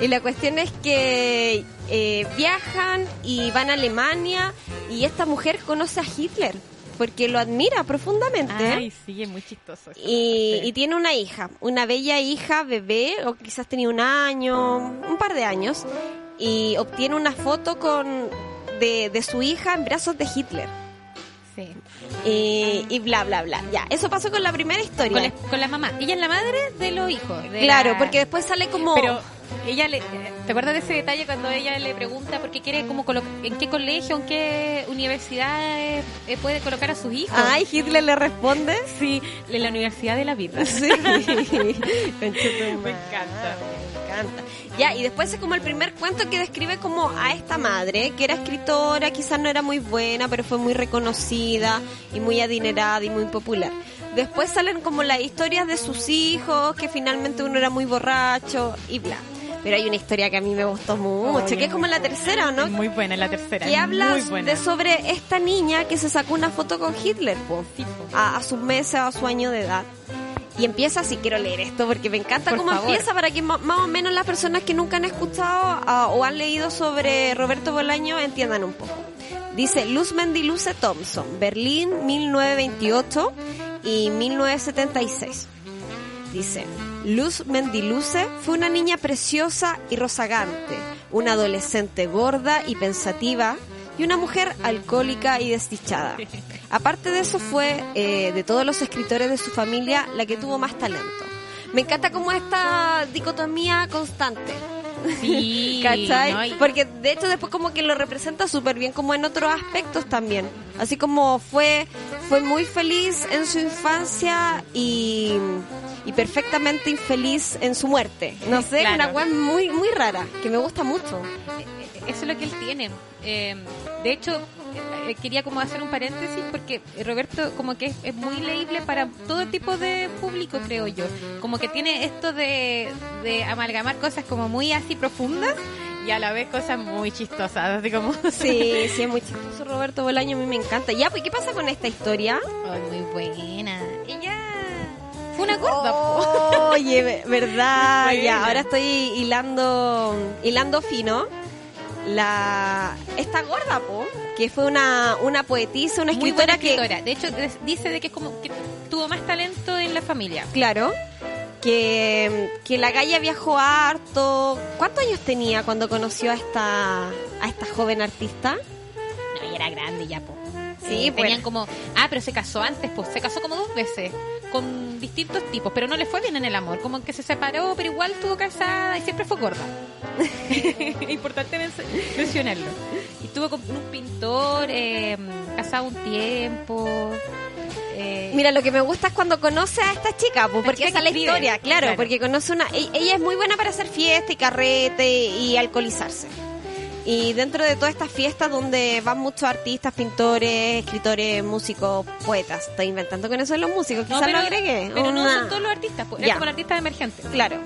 Y la cuestión es que eh, viajan y van a Alemania y esta mujer conoce a Hitler porque lo admira profundamente. Ay, sí, es muy chistoso. esta Y, parte. y tiene una hija, una bella hija, bebé, o quizás tenía un año, un par de años, y obtiene una foto con de, de su hija en brazos de Hitler. Sí. Y, y bla, bla, bla. Ya, eso pasó con la primera Con, historia. la, con la mamá. Ella es la madre de los hijos. de Claro, la- porque después sale como... Pero ella le, ¿te acuerdas de ese detalle cuando ella le pregunta por qué quiere como colo- en qué colegio, en qué universidad eh, eh, puede colocar a sus hijos? Ay, Hitler le responde. sí, en la Universidad de la Vida. Sí. me encanta. Me encanta. Ya, y después es como el primer cuento que describe como a esta madre, que era escritora, quizás no era muy buena, pero fue muy reconocida y muy adinerada y muy popular. Después salen como las historias de sus hijos, que finalmente uno era muy borracho y bla. Pero hay una historia que a mí me gustó mucho, Ay, que es como la tercera, ¿no? Muy buena la tercera. Que habla de sobre esta niña que se sacó una foto con Hitler, po a, a sus meses, a su año de edad. Y empieza así, quiero leer esto porque me encanta Por cómo favor. empieza para que ma- más o menos las personas que nunca han escuchado ah, o han leído sobre Roberto Bolaño entiendan un poco. Dice Luz Mendiluce Thompson, Berlín 1928 y 1976. Dice, Luz Mendiluce fue una niña preciosa y rozagante, una adolescente gorda y pensativa y una mujer alcohólica y desdichada. Aparte de eso fue, eh, de todos los escritores de su familia, la que tuvo más talento. Me encanta como esta dicotomía constante. Sí, ¿Cachai? ¿no? Y- Porque de hecho después como que lo representa súper bien como en otros aspectos también. Así como fue, fue muy feliz en su infancia y, y perfectamente infeliz en su muerte. No sé, Claro. una weá muy, muy rara, que me gusta mucho. eso es lo que él tiene. Eh, de hecho, eh, eh, quería como hacer un paréntesis porque eh, Roberto como que es, es muy leíble para todo tipo de público, creo yo. Como que tiene esto de, de amalgamar cosas como muy así profundas y a la vez cosas muy chistosas, así como... Sí, sí, es muy chistoso Roberto Bolaño, a mí me encanta. Ya, pues, ¿qué pasa con esta historia? Ay, muy buena. Ella fue una gorda. po. Oye, ve- verdad. Buena. Ya, ahora estoy hilando, hilando fino. La esta gorda, po, que fue una, una poetisa, una Muy buena escritora, escritora. De hecho, des- dice de que es como que tuvo más talento en la familia. que, claro, que, que la galla viajó harto. ¿Cuántos años tenía cuando conoció a esta, a esta joven artista? No, y era grande ya, po. Sí, Eh, tenían bueno. como. Ah, pero se casó antes, pues. Se casó como dos veces. con distintos tipos, pero no le fue bien en el amor, como que se separó, pero igual estuvo casada y siempre fue gorda. Importante men- mencionarlo. Y estuvo con un pintor, eh, casado un tiempo. eh, Mira, lo que me gusta es cuando conoce a esta chica, pues, porque chica esa que es la escribe, historia, claro, claro. porque conoce una... e- Ella es muy buena para hacer fiesta y carrete y alcoholizarse. Y dentro de todas estas fiestas donde van muchos artistas, pintores, escritores, músicos, poetas, estoy inventando con eso de los músicos, no, quizás lo agregué. pero no una- son todos los artistas, pues, Ya. era como el artista emergente. Claro.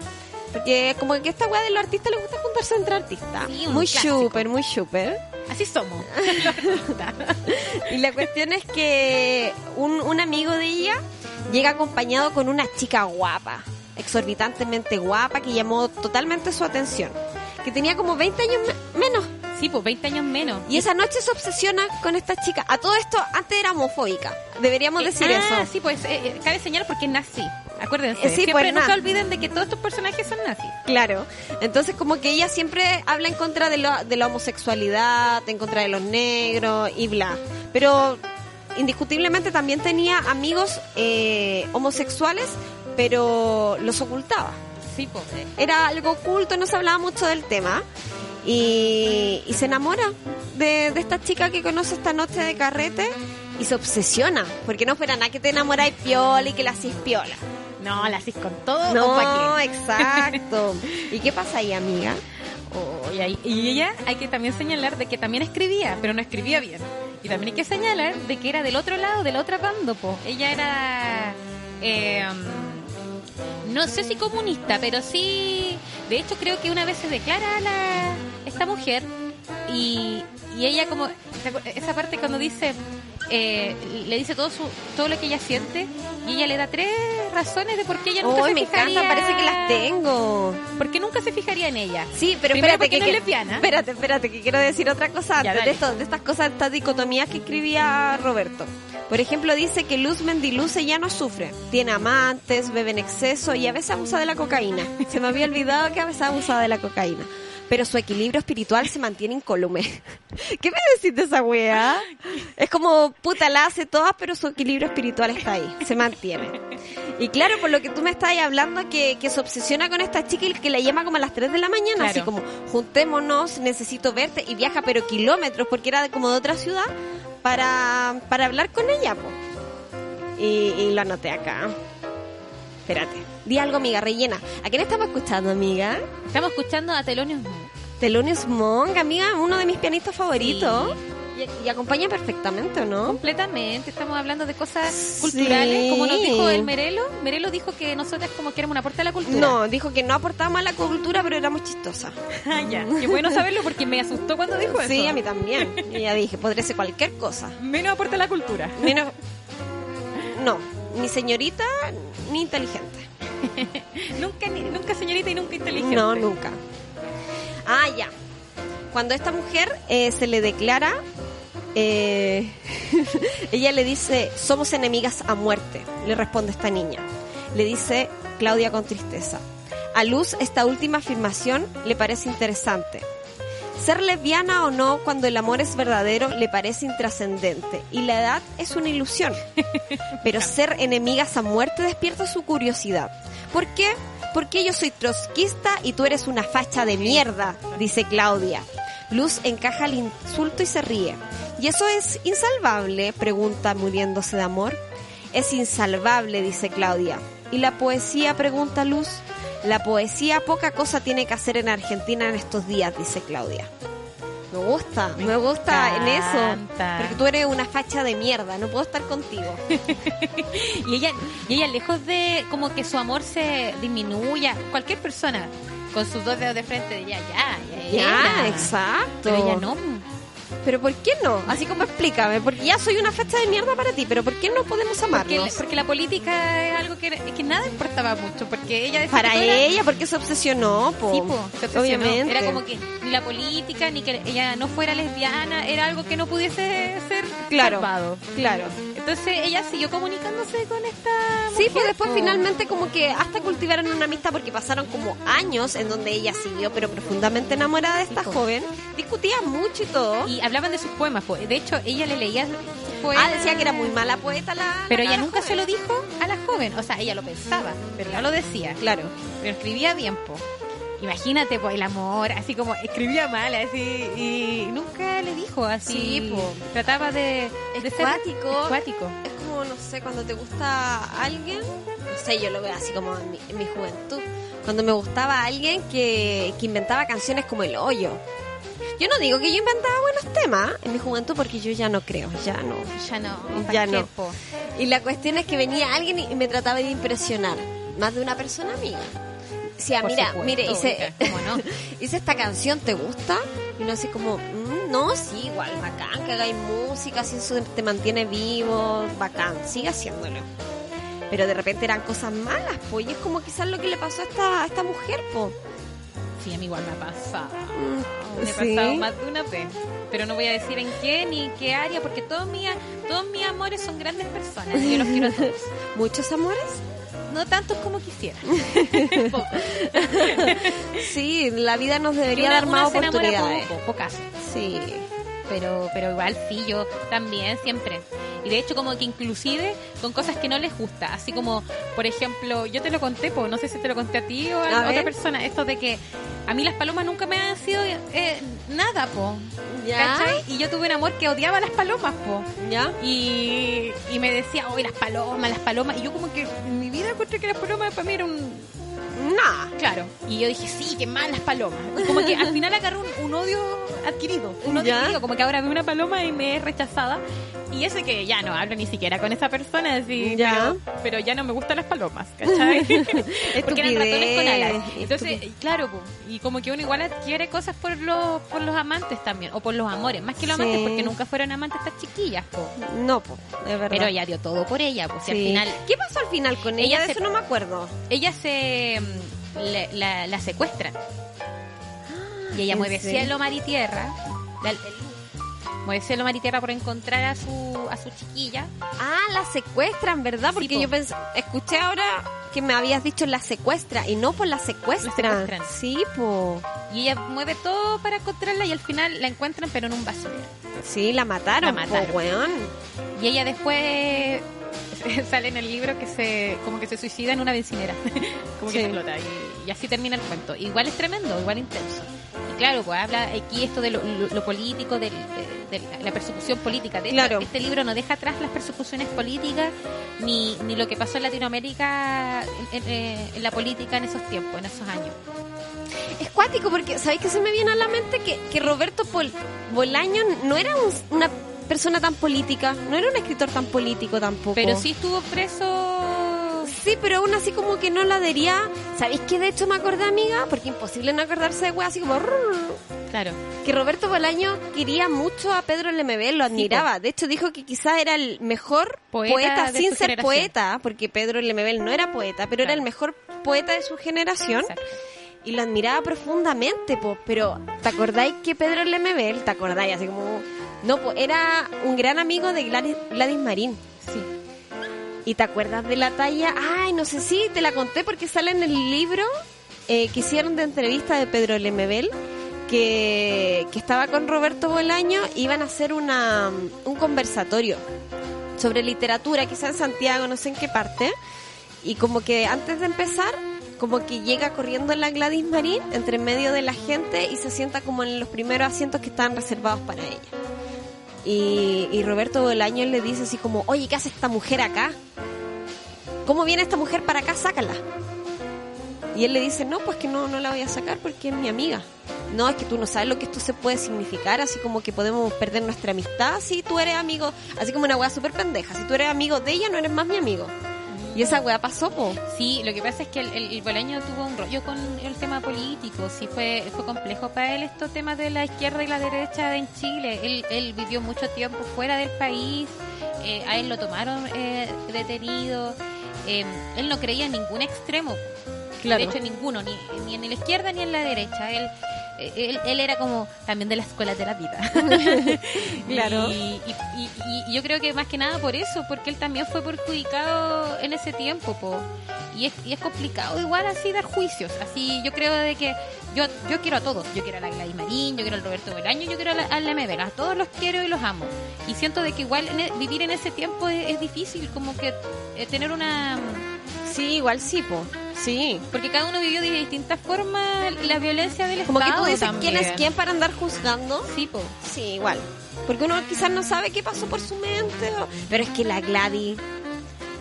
Porque como que esta weá de los artistas le gusta juntarse entre artistas. Sí, un muy clásico. súper, muy súper. Así somos. los artistas. Y la cuestión es que un, un amigo de ella llega acompañado con una chica guapa, exorbitantemente guapa, que llamó totalmente su atención. Que tenía como 20 años me- menos. Sí, pues 20 años menos. Y esa noche se obsesiona con esta chica. A todo esto, antes era homofóbica. Deberíamos Eh, decir ah, eso. sí, pues eh, eh, cabe señalar porque es nazi. Acuérdense, Eh, sí, siempre pues, no se na- olviden de que todos estos personajes son nazis. Claro. Entonces, como que ella siempre habla en contra de, lo- de la homosexualidad, en contra de los negros y bla. Pero indiscutiblemente también tenía amigos eh, homosexuales, pero los ocultaba. Sí, pues. eh, Era algo oculto, no se hablaba mucho del tema. Y, y se enamora de, de esta chica que conoce esta noche de carrete y se obsesiona. Porque no fuera nada que te enamoráis piola y que la hacís piola. No, la haces con todo. o No, pa' qué. exacto. ¿Y qué pasa ahí, amiga? Oh, y, ahí- y ella hay que también señalar de que también escribía, pero no escribía bien. Y también hay que señalar de que era del otro lado, de la otra bando, po. Ella era... eh, no sé si comunista, pero sí... De hecho, creo que una vez se declara la, esta mujer y, y ella como... ¿te acuer- Esa parte cuando dice... eh, le dice todo su todo lo que ella siente y ella le da tres razones de por qué ella nunca Uy, se me fijaría encanta, parece que las tengo. porque nunca se fijaría en ella Sí, pero Primero espérate porque que, no es que- lesbiana. Espérate, espérate, que quiero decir otra cosa Ya, antes de, dale. esto- de estas cosas, estas dicotomías que escribía Roberto. Por ejemplo, dice que Luz Mendiluce ya no sufre. Tiene amantes, bebe en exceso y a veces abusa de la cocaína. Se me había olvidado que a veces abusaba de la cocaína. Pero su equilibrio espiritual se mantiene incólume. ¿Qué me decís de esa weá? Es como, puta, la hace todas, pero su equilibrio espiritual está ahí, se mantiene. Y claro, por lo que tú me estás ahí hablando, que, que se obsesiona con esta chica y que la llama como a las 3 de la mañana, Claro. así como, juntémonos, necesito verte, y viaja pero kilómetros, porque era de- como de otra ciudad, para, para hablar con ella, po. Y, y lo anoté acá. Espérate. Di algo, amiga, rellena. ¿A quién estamos escuchando, amiga? Estamos escuchando a Telonius Monk. Thelonious Monk, amiga, uno de mis pianistas favoritos. Y, y acompaña perfectamente, ¿o ¿no? Completamente, estamos hablando de cosas Sí. culturales, como nos dijo el Merelo. Merelo dijo que nosotras como que éramos una puerta a la cultura. No, dijo que no aportábamos a la cultura, pero éramos chistosas. Ah, ya. Qué bueno saberlo porque me asustó cuando dijo eso. Sí, a mí también. Y ya dije, podría ser cualquier cosa. Menos aporta a la cultura. Menos. No, ni señorita ni inteligente. Nunca, ni- nunca señorita y nunca inteligente. No, nunca. Ah, ya. Cuando esta mujer eh, se le declara, eh, ella le dice, somos enemigas a muerte, le responde esta niña. Le dice Claudia con tristeza. A Luz esta última afirmación le parece interesante. Ser lesbiana o no cuando el amor es verdadero le parece intrascendente y la edad es una ilusión. Pero ser enemigas a muerte despierta su curiosidad. ¿Por qué? Porque yo soy trotskista y tú eres una facha de mierda, dice Claudia. Luz encaja el insulto y se ríe. ¿Y eso es insalvable? pregunta muriéndose de amor. Es insalvable, dice Claudia. ¿Y la poesía? pregunta Luz. La poesía poca cosa tiene que hacer en Argentina en estos días, dice Claudia. Me gusta, me, Me gusta en eso. encanta. Porque tú eres una facha de mierda, no puedo estar contigo. Y ella, y ella lejos de como que su amor se disminuya, cualquier persona con sus dos dedos de frente, ya, ya, ya. Ya, era. exacto. Pero ella no. Pero ¿por qué no? Así como explícame, porque ya soy una facha de mierda para ti, pero ¿por qué no podemos Porque, amarnos? porque la política es algo que, que nada importaba mucho, porque ella decía para que todo era- ella, porque se obsesionó, po. Sí, po, se obsesionó. Obviamente. Era como que ni la política, ni que ella no fuera lesbiana, era algo que no pudiese ser Claro, salvado. claro. Entonces ella siguió comunicándose con esta Sí, mujer, pues después po. finalmente como que hasta cultivaron una amistad porque pasaron como años en donde ella siguió pero profundamente enamorada de esta Sí, po. joven. Discutía mucho y todo. Y hablaban de sus poemas, po. De hecho, ella le leía sus poemas. ah, decía que era muy mala poeta la... Pero la- ella la nunca se joven. lo dijo a la joven. O sea, ella lo pensaba, pero no lo decía. Claro. Pero escribía bien, po. Imagínate, po, el amor, así como escribía mal, así, y nunca le dijo así. Sí, po. Trataba de, de Es ser cuático. cuático. Es como, no sé, cuando te gusta alguien, no sé, yo lo veo así como en mi, en mi juventud, cuando me gustaba alguien que, que inventaba canciones como el hoyo. Yo no digo que yo inventaba buenos temas en mi juventud porque yo ya no creo, ya no. Ya no, ¿pa' Ya qué, no. po? Y la cuestión es que venía alguien y me trataba de impresionar, más de una persona amiga. Decía, Por Ah, mira, supuesto, mire, hice, oiga, ¿cómo no? hice esta canción, ¿te gusta? Y uno así como, "Mm, no, sí, igual, bacán, que hagáis música, así eso te mantiene vivo, bacán, sigue haciéndolo. Pero de repente eran cosas malas, po, y es como quizás lo que le pasó a esta, a esta mujer, po. Sí, a mí igual me ha pasado. Me Mm, ha sí. pasado más de una vez. Pero no voy a decir en qué ni qué área, porque todos mis, todos mis amores son grandes personas. y Yo los quiero a todos. ¿Muchos amores? No tantos como quisiera. Poco. Sí, la vida nos debería Una- dar una más se enamora oportunidades. poco, pocas. Sí. pero pero igual sí yo también siempre y de hecho como que inclusive con cosas que no les gusta así como por ejemplo yo te lo conté po, no sé si te lo conté a ti o a, A otra ver. persona esto de que a mí las palomas nunca me han sido eh, nada po ¿Ya? ¿cachai? y yo tuve un amor que odiaba las palomas po ¿Ya? y, y me decía hoy las palomas las palomas y yo como que en mi vida encontré que las palomas para mí era un Nah. Claro. Y yo dije, sí, qué mal las palomas. Y como que al final agarró un, un odio adquirido. Un odio Ya. adquirido. Como que ahora veo una paloma y me es rechazada. Y ese que ya no hablo ni siquiera con esa persona, así, Ya. Pero, pero ya no me gustan las palomas, ¿cachai? Porque eran ratones con alas. Estupidez, Entonces, claro, po, y como que uno igual adquiere cosas por los, por los amantes también, o por los amores, más que los Sí. amantes, porque nunca fueron amantes estas chiquillas, po. No, po, es verdad. Pero ella dio todo por ella, pues Sí. al final ¿Qué pasó al final con Ella ella? De se- eso no me acuerdo. ella se mm, le- la, la secuestran y ella Ah, ¿en mueve serio? cielo mar y tierra la- el- mueve cielo mar y tierra por encontrar a su a su chiquilla Ah, la secuestran, ¿verdad? Porque po. yo pensé, escuché ahora que me habías dicho la secuestra y no por la secuestra. La secuestran. Sí, po. y ella mueve todo para encontrarla y al final la encuentran pero en un basurero Sí, la mataron, La po, mataron. weón. y ella después sale en el libro que se como que se suicida en una bencinera como que Sí. explota y, y así termina el cuento igual es tremendo igual intenso y claro pues habla aquí esto de lo, lo- lo político del- de, de la persecución política de hecho, Claro. este libro no deja atrás las persecuciones políticas ni, ni lo que pasó en Latinoamérica en, en- eh, en la política en esos tiempos en esos años Es cuático porque, ¿sabéis que se me viene a la mente que, que Roberto Pol- Bolaño no era un- una persona tan política, no era un escritor tan político tampoco. pero sí estuvo preso Sí, pero aún así como que no la daría. ¿Sabéis que de hecho me acordé, amiga? Porque imposible no acordarse de weas así como... rrr, claro Que Roberto Bolaño quería mucho a Pedro LMB, lo admiraba. de hecho, dijo que quizás era el mejor Poeta poeta, de sin su ser generación. poeta, porque Pedro LMB no era poeta, pero era Claro. el mejor poeta de su generación Exacto. y lo admiraba profundamente. po. Pero, ¿te acordáis que Pedro LMB, te acordáis así como... No, po, era un gran amigo de Gladys, Gladys Marín. sí ¿Y te acuerdas de la talla? Ay, no sé si te la conté porque sale en el libro eh, que hicieron de entrevista de Pedro Lemebel, que, que estaba con Roberto Bolaño, iban a hacer una, un conversatorio sobre literatura, quizá en Santiago, no sé en qué parte. Y como que antes de empezar, como que llega corriendo la Gladys Marín entre medio de la gente y se sienta como en los primeros asientos que estaban reservados para ella. Y, y Roberto Bolaño le dice así como, oye, ¿qué hace esta mujer acá? ¿Cómo viene esta mujer para acá? Sácala. Y él le dice, no, pues que no, no la voy a sacar porque es mi amiga. No, es que tú no sabes lo que esto se puede significar, así como que podemos perder nuestra amistad si tú eres amigo, así como una weá súper pendeja, si tú eres amigo de ella no eres más mi amigo. Y esa weá pasó, po. Sí, lo que pasa es que el, el, el Bolaño tuvo un rollo con el tema político, sí fue, fue complejo para él estos temas de la izquierda y la derecha en Chile. Él, él vivió mucho tiempo fuera del país, eh, a él lo tomaron eh, detenido, eh, él no creía en ningún extremo, de hecho ninguno, ni, ni en la izquierda ni en la derecha. Él, eh, él, él era como también de la escuela de la vida. Claro. Y, y- y- y- y yo creo que más que nada por eso, porque él también fue perjudicado en ese tiempo, po. Y es, y es complicado igual así dar juicios. Así yo creo de que yo yo quiero a todos. Yo quiero a la Gladys Marín, yo quiero al Roberto Bolaño, yo quiero a la, a la Mebel. A todos los quiero y los amo. Y siento de que igual en e- vivir en ese tiempo es, es difícil, como que eh, tener una... Sí, igual sí, po. Sí. Porque cada uno vivió de distintas formas la violencia del Como que Estado tú dices quién es también. quién para andar juzgando. Sí, po. Sí, igual. Porque uno quizás no sabe qué pasó por su mente. o- Pero es que la Gladys.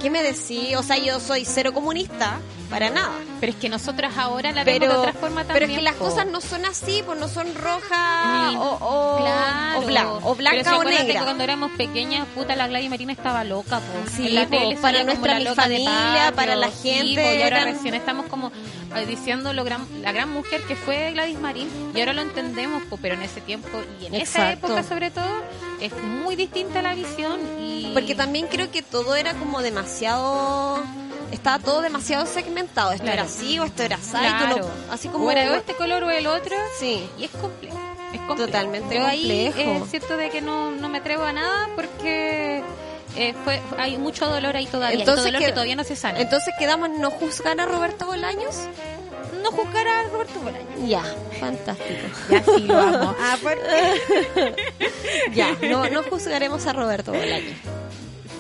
¿Qué me decís? O sea, yo soy cero comunista. Para nada. Pero es que nosotras ahora la vemos de Pero, otra forma pero también. es que las po. cosas no son así, pues no son rojas Ni- o, o, Claro. o blan- o Pero si blanca o acuérdate negra. que cuando éramos pequeñas, puta, la Gladys Marina estaba loca, po. Sí, En la po, tele para salía como nuestra la mi loca de familia, patio, para la sí, po, gente, y ahora eran- recién estamos como eh, diciendo lo gran, la gran mujer que fue Gladys Marín. Y ahora lo entendemos, po, pero en ese tiempo y en esa Exacto. época sobre todo, es muy distinta la visión. y Porque también creo que todo era como demasiado. Estaba todo demasiado segmentado. Esto Claro. era así o esto era así. Claro. tú no- así como. O era de este color o el otro. Sí. Y es complejo. Es complejo. Totalmente Yo ahí complejo. es cierto de que no, no me atrevo a nada porque eh, fue, hay mucho dolor ahí todavía. Entonces hay dolor que- que, todavía no se sana. Entonces quedamos en no juzgar a Roberto Bolaños. no juzgar a Roberto Bolaño. Ya, fantástico. Ya sí, lo amo. Ya, no, no juzgaremos a Roberto Bolaños.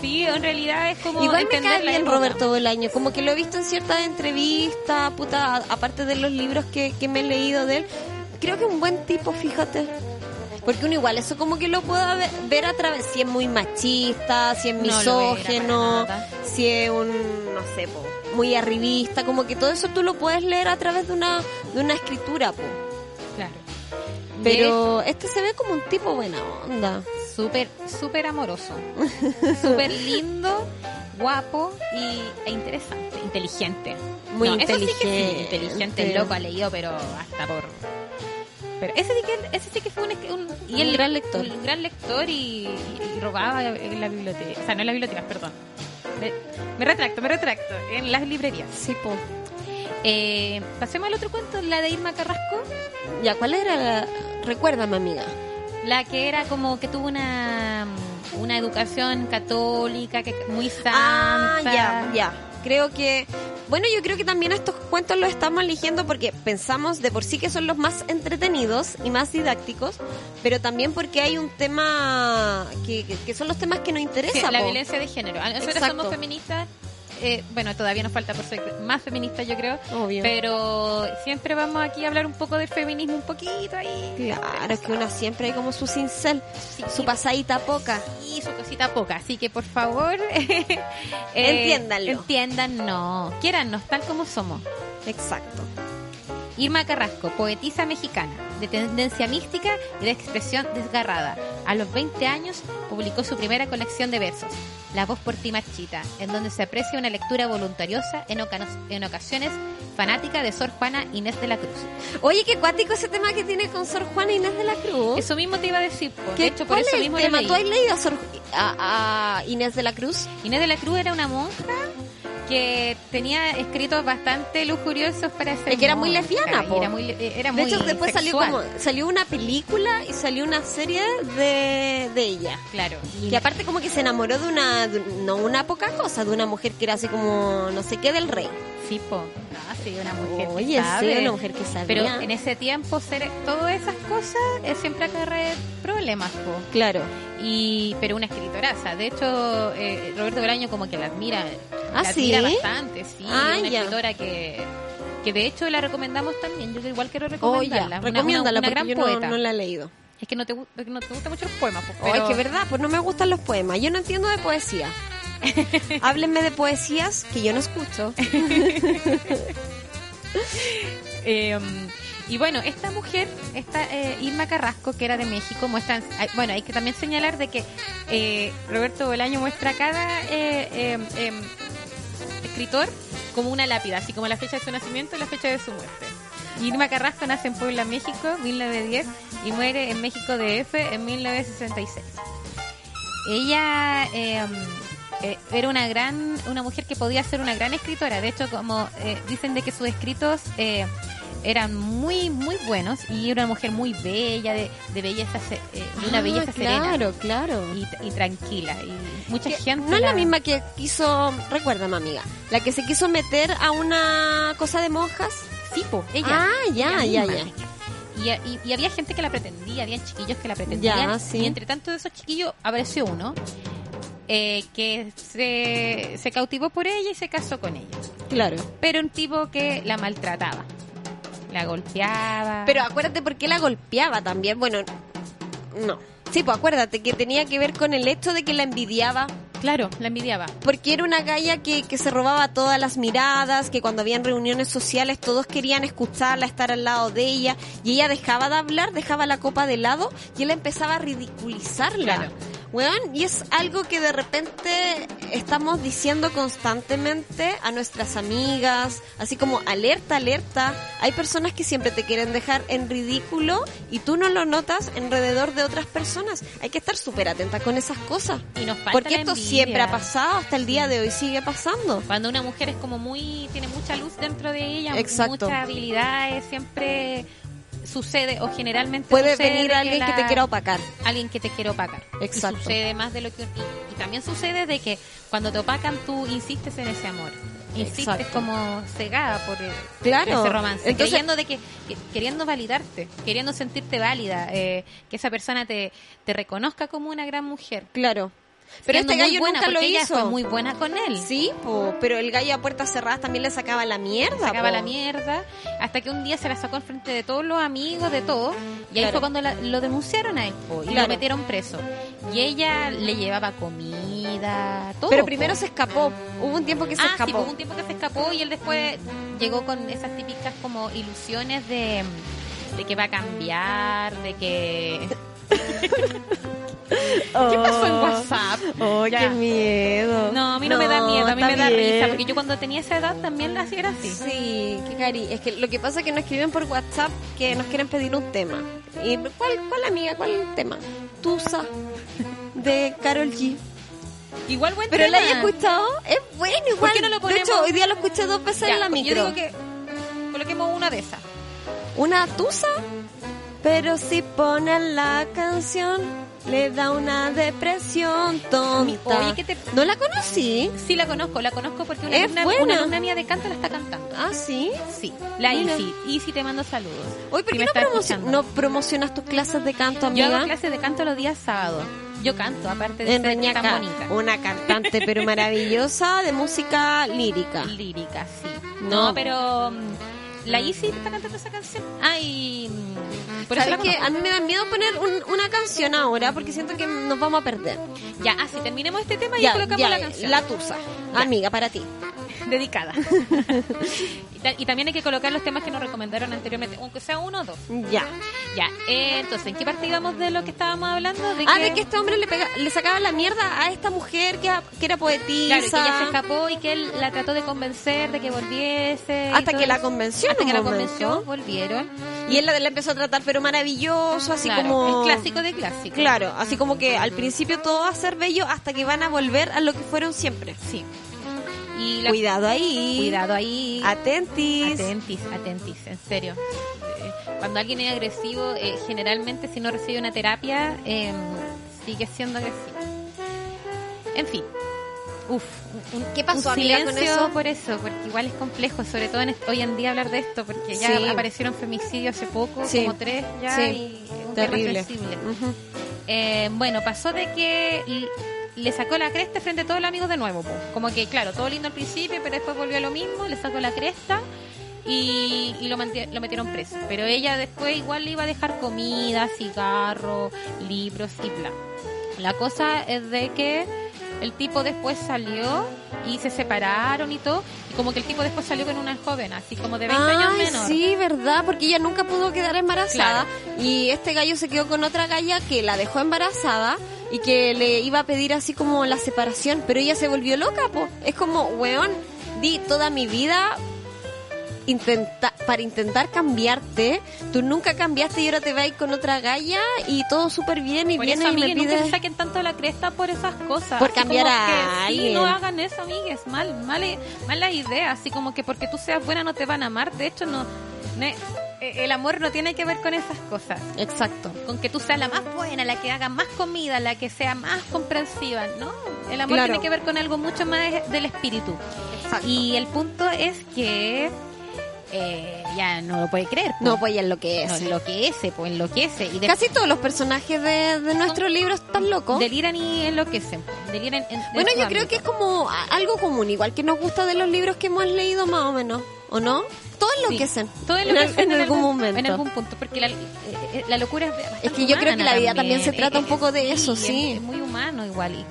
Sí, en realidad es como Igual me entender cae la bien época. Roberto Bolaño, como que lo he visto en ciertas entrevistas, puta, a- aparte de los libros que, que me he leído de él, creo que un buen tipo, fíjate. Porque uno igual, eso como que lo pueda ve- ver a través, si es muy machista, si es No lo era para misógeno, nada. si es un, no sé, po, muy arribista, como que todo eso tú lo puedes leer a través de una, de una escritura, po. Claro. Pero este se ve como un tipo buena onda. Y es súper, súper amoroso. Súper lindo, guapo y, e interesante. Inteligente. Muy No, Eso sí que sí, inteligente. inteligente, el loco ha leído, pero hasta por. Pero ese sí que, ese sí que fue un, un- y Un el, gran lector. Un gran lector y, y robaba en la biblioteca. O sea, no en las bibliotecas, perdón. Me, me retracto, me retracto. En las librerías. Sí, po. Eh, pasemos al otro cuento, la de Irma Carrasco. Ya, ¿cuál era la...? Recuérdame, amiga. La que era como que tuvo una, mm, una educación católica, que muy santa. Ah, ya, ya. Creo que. Bueno, yo creo que también estos cuentos los estamos eligiendo porque pensamos de por sí que son los más entretenidos y más didácticos, pero también porque hay un tema que, que- que son los temas que nos Sí, interesan. la po. violencia de género. Ah, Nosotros Exacto. somos feministas. eh, bueno, todavía nos falta por ser más feministas, yo creo. Obvio. Pero siempre vamos aquí a hablar un poco del feminismo, un poquito ahí. Claro, es que una siempre hay como su cincel, Sí, su pasadita poca. y su cosita poca. Así que por favor. eh, Entiéndanlo. Entiéndannos. Quiérannos tal como somos. Exacto. Irma Carrasco, poetisa mexicana, de tendencia mística y de expresión desgarrada. A los 20 años publicó su primera colección de versos, La voz por ti marchita, en donde se aprecia una lectura voluntariosa, en, ocanos- en ocasiones fanática de Sor Juana Inés de la Cruz. Oye, qué cuático ese tema que tiene con Sor Juana Inés de la Cruz. Eso mismo te iba a decir, po. ¿Qué- de hecho por cuál eso es el mismo lo tema? leí. ¿Tú has leído a, Sor- a- a Inés de la Cruz? Inés de la Cruz era una monja que tenía escritos bastante lujuriosos para ser Es que era muy monja, lesbiana, y po. Era muy, le- eh, era De muy hecho, después salió, sexual. como, salió una película y salió una serie de, de ella. Claro. Y aparte como que se enamoró de una, de- no una poca cosa, de una mujer que era así como no sé qué del rey. Sí, po. Ah, sí, una mujer. que Oye, sí, sabe. una mujer que sabía. Pero en ese tiempo, ser, todas esas cosas eh, siempre acarrea problemas, po. Claro. Y, pero una escritoraza. De hecho, eh, Roberto Bolaño como que la admira. Ah, la ¿sí? admira bastante, sí. Ah, una ya. escritora que, que de hecho la recomendamos también. Yo igual quiero Oye, recomendarla. Oh, Una- una- Oh, recomiéndala una, porque gran yo no- poeta. Oh. no, la he leído. Es que no te, gu- no te gustan mucho los poemas, po, Ay, pero- que verdad, pues no me gustan los poemas. Yo no entiendo de poesía. Háblenme de poesías que yo no escucho. Eh, y bueno, esta mujer, esta eh, Irma Carrasco, que era de México, muestra, ay, bueno, hay que también señalar de que eh, Roberto Bolaño muestra cada eh, eh, eh, escritor como una lápida, así como la fecha de su nacimiento y la fecha de su muerte. Irma Carrasco nace en Puebla, México, 1910, y muere en México DF en 1966. Ella eh, eh, era una gran, una mujer que podía ser una gran escritora. De hecho, como eh, dicen de que sus escritos eh, eran muy, muy buenos y era una mujer muy bella, de, de belleza, se- eh, de una Ah, belleza serena Claro, claro. y, y tranquila. Y mucha Que gente. no es la misma que quiso, recuérdame amiga, la que se quiso meter a una cosa de monjas. Sí, po, ella. Ah, ya, Ella ya, misma. ya. Y, y- y había gente que la pretendía, había chiquillos que la pretendían. Ya, sí. Y entre tanto de esos chiquillos apareció uno eh, que se, se cautivó por ella y se casó con ella. Claro. Pero un tipo que la maltrataba, la golpeaba. Pero acuérdate por qué la golpeaba también. Bueno, no. Sí, pues acuérdate que tenía que ver con el hecho de que la envidiaba. claro, la envidiaba. Porque era una galla que, que se robaba todas las miradas, que cuando habían reuniones sociales todos querían escucharla, estar al lado de ella, y ella dejaba de hablar, dejaba la copa de lado, y él empezaba a ridiculizarla. Claro. Weón, y es algo que de repente estamos diciendo constantemente a nuestras amigas, así como alerta, alerta. Hay personas que siempre te quieren dejar en ridículo y tú no lo notas alrededor de otras personas. Hay que estar súper atenta con esas cosas. Y nos falta Porque la esto envidia. siempre ha pasado, hasta el día de hoy sigue pasando. Cuando una mujer es como muy, tiene mucha luz dentro de ella, Exacto. muchas habilidades, siempre sucede o generalmente Puede sucede venir alguien que, te la- quiera opacar. alguien que te quiere opacar. Exacto. Y sucede más de lo que... Y, y también sucede de que cuando te opacan tú insistes en ese amor. Insistes Exacto. como cegada por el- Claro. ese romance. Entonces- creyendo de que, que- queriendo validarte, queriendo sentirte válida, eh, que esa persona te, te reconozca como una gran mujer. Claro. Pero Siendo este muy gallo buena, nunca lo porque ella hizo. fue muy buena con él. Sí, po, pero el gallo a puertas cerradas también le sacaba la mierda. sacaba po. la mierda, hasta que un día se la sacó al frente de todos los amigos, de todo, y ahí Claro. fue cuando la- lo denunciaron a él, po, y Claro. lo metieron preso. Y ella le llevaba comida, todo. Pero po. primero se escapó. Hubo un tiempo que se ah, sí, escapó. pues, hubo un tiempo que se escapó y él después llegó con esas típicas como ilusiones de, de que va a cambiar, de que... Oh. ¿Qué pasó en WhatsApp? Oh, Ya. qué miedo. No, a mí no, me da miedo, a mí está me da bien. risa, porque yo cuando tenía esa edad también la era así. Sí, qué cari. Es que lo que pasa es que nos escriben por WhatsApp que nos quieren pedir un tema. ¿Y cuál, cuál amiga, cuál tema? Tusa de Carol G. Igual buen Pero la tema. he escuchado, es bueno igual. qué no lo De hecho, ponemos? hoy día lo escuché dos veces Ya, en la pues, micro. Yo digo que coloquemos una de esas. Una tusa, pero si ponen la canción le da una depresión tonta. Oye, ¿qué te- No la conocí. Sí, la conozco, la conozco porque una, Es alumna, buena. una alumna mía de canto la está cantando. Ah, sí. Sí, la Mira. Isi. Isi, te mando saludos. Hoy, ¿por Si qué me no, está promoci- escuchando. no promocionas tus clases de canto, Yo amiga? hago clases de canto los días sábados. Yo canto, aparte de en ser Reñaca, tan bonita. una cantante pero maravillosa de música lírica. Lírica, sí. No. No, pero mm, la Isi está cantando esa canción. Ay, mm, por eso ¿Sabes la que conozco. A mí me da miedo poner un- una canción ahora porque siento que nos vamos a perder. Ya, así terminemos este tema y colocamos la canción. eh, la tusa. Amiga, para ti. Dedicada. y, ta- y también hay que colocar los temas que nos recomendaron anteriormente, aunque sea uno o dos. Ya. Ya, eh, entonces, ¿en qué parte íbamos de lo que estábamos hablando? Ah, de que este hombre le, pega- le sacaba la mierda a esta mujer que, a- que era poetisa. Claro, y que ella se escapó y que él la trató de convencer de que volviese. y Hasta todo que la eso. convenció pues, Hasta en que un la momento. convenció, volvieron. Y él la, la empezó a tratar pero maravilloso, así Claro, como... El clásico de clásico. Claro, así como que al principio todo va a ser bello hasta que van a volver a lo que fueron siempre. Sí. Y la- Cuidado Ah, ahí. Cuidado ahí. Atentis. Atentis, atentis, en serio. Eh, Cuando alguien es agresivo, eh, generalmente si no recibe una terapia, eh, sigue siendo agresivo. En fin. Uf, un- ¿Qué pasó, un amiga, con silencio eso? por eso, porque igual es complejo, sobre todo en est- hoy en día hablar de esto, porque ya Sí. aparecieron femicidios hace poco, Sí. como tres ya, Sí. y es un tema Terrible. Mm. sensible. Ujú. Eh, bueno, pasó de que l- le sacó la cresta frente a todos los amigos de nuevo. po. Como que, claro, todo lindo al principio, pero después volvió a lo mismo, le sacó la cresta y, y lo, manti- lo metieron preso. Pero ella después igual le iba a dejar comida, cigarro, libros y bla. La cosa es de que el tipo después salió y se separaron y todo. Y como que el tipo después salió con una joven, así como de 20 años Ay, menor. sí, verdad, porque ella nunca pudo quedar embarazada y este gallo se quedó con otra galla que la dejó embarazada y que le iba a pedir así como la separación, pero ella se volvió loca, po. Es como, weón, di toda mi vida intenta- para intentar cambiarte, tú nunca cambiaste y ahora te vas con otra galla y todo súper bien y Por viene eso, y me amigues, nunca pide se saquen tanto la cresta por esas cosas. Por Así como cambiar a que, sí, alguien. no hagan eso, amigues. Mal, mal, mala idea. Así como que porque tú seas buena no te van a amar. De hecho, no Ne- eh, el amor no tiene que ver con esas cosas. Exacto. Con que tú seas la más buena, la que haga más comida, la que sea más comprensiva. No, el amor Claro. tiene que ver con algo mucho más del espíritu. Exacto. Y el punto es que eh, ya no lo puede creer. no, pues, pues en lo que no es. enloquece, pues enloquece. Y de- Casi todos los personajes de, de nuestro libro están locos. deliran y enloquecen. pues, Deliran en- en Bueno, su yo creo ámbito. que es como a- algo común, igual que nos gusta de los libros que hemos leído más o menos, ¿o no? Todos enloquecen. Sí, todo En enloquecen al- en, algún momento. En algún punto, porque la, eh, eh, la locura es bastante Es que yo humana creo eh, que la vida también se trata un poco de eso, es- sí. Es, muy humano igual. Y,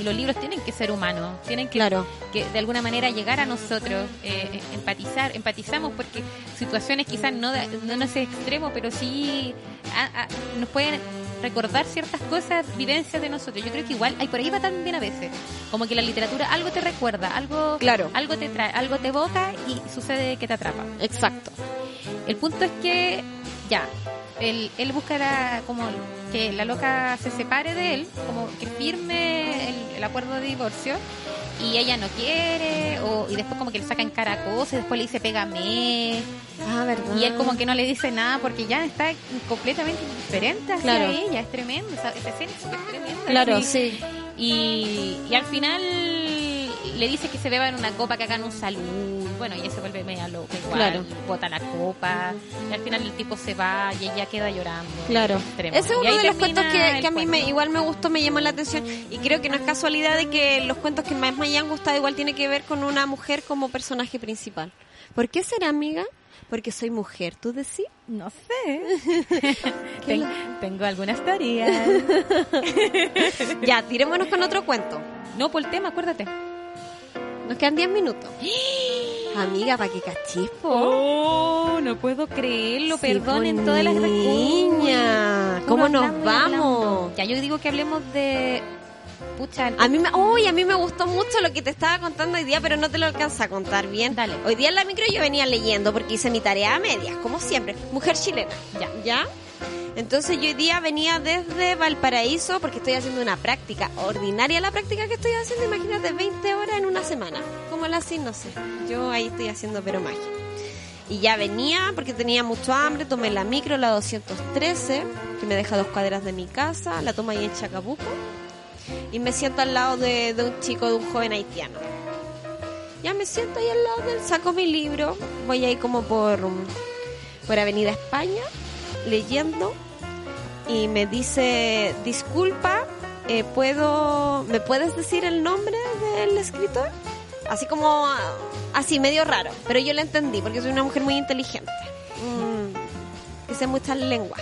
y los libros tienen que ser humanos, tienen que, Claro. que de alguna manera llegar a nosotros, eh, eh, empatizar, empatizamos porque situaciones quizás no, de- no en ese extremo, pero sí a- a- nos pueden recordar ciertas cosas, vivencias de nosotros. Yo creo que igual, hay por ahí va también a veces, como que la literatura algo te recuerda, algo, Claro. algo te trae, algo te evoca y sucede que te atrapa. Exacto. El punto es que ya, él, él buscará como que la loca se separe de él, como que firme el, el acuerdo de divorcio y ella no quiere, o, y después como que le sacan cara cosas, y después le dice pégame, Ah, verdad. y él como que no le dice nada porque ya está completamente diferente hacia Claro. ella, es tremendo, o sea, esa escena es súper tremenda. Claro, sí. sí. Y, y al final le dice que se beban una copa, que hagan un salud. Bueno, ella se vuelve media loca igual. Claro. Bota la copa. Y al final el tipo se va y ella queda llorando. Claro. Extremo. Ese es Y uno ahí de los termina cuentos que, el que a mí me, cuento. igual me gustó, me llamó la atención. Y creo que no es casualidad de que los cuentos que más me hayan gustado igual tiene que ver con una mujer como personaje principal. ¿Por qué será amiga? Porque soy mujer, ¿tú decís? No sé. Ten- lo- tengo algunas teorías. Ya, tirémonos con otro cuento. no, por el tema, acuérdate. Nos quedan 10 minutos. Amiga, para que cachispo. Oh, no puedo creerlo. Sí, Perdonen pues, todas las niña, Uy, ¿cómo puro nos hablando y vamos? hablando. Ya, yo digo que hablemos de. Pucha, el- A mí me, uy, a mí me gustó mucho lo que te estaba contando hoy día, pero no te lo alcanza a contar bien. Dale. Hoy día en la micro yo venía leyendo porque hice mi tarea a medias, como siempre. Mujer chilena. Ya. ¿Ya? Entonces yo hoy día venía desde Valparaíso porque estoy haciendo una práctica ordinaria. La práctica que estoy haciendo, imagínate, 20 horas en una semana. Como la así, no sé. Yo ahí estoy haciendo pero magia. Y ya venía porque tenía mucho hambre, tomé la micro, la 213, que me deja a dos cuadras de mi casa, la toma ahí en Chacabuco. Y me siento al lado de, de un chico, de un joven haitiano. Ya me siento ahí al lado del saco mi libro, voy ahí como por, um, por Avenida España, leyendo, y me dice, disculpa, eh, ¿puedo, ¿me puedes decir el nombre del escritor? Así como, ah, así, medio raro, pero yo lo entendí, porque soy una mujer muy inteligente, mm, que sé muchas lenguas,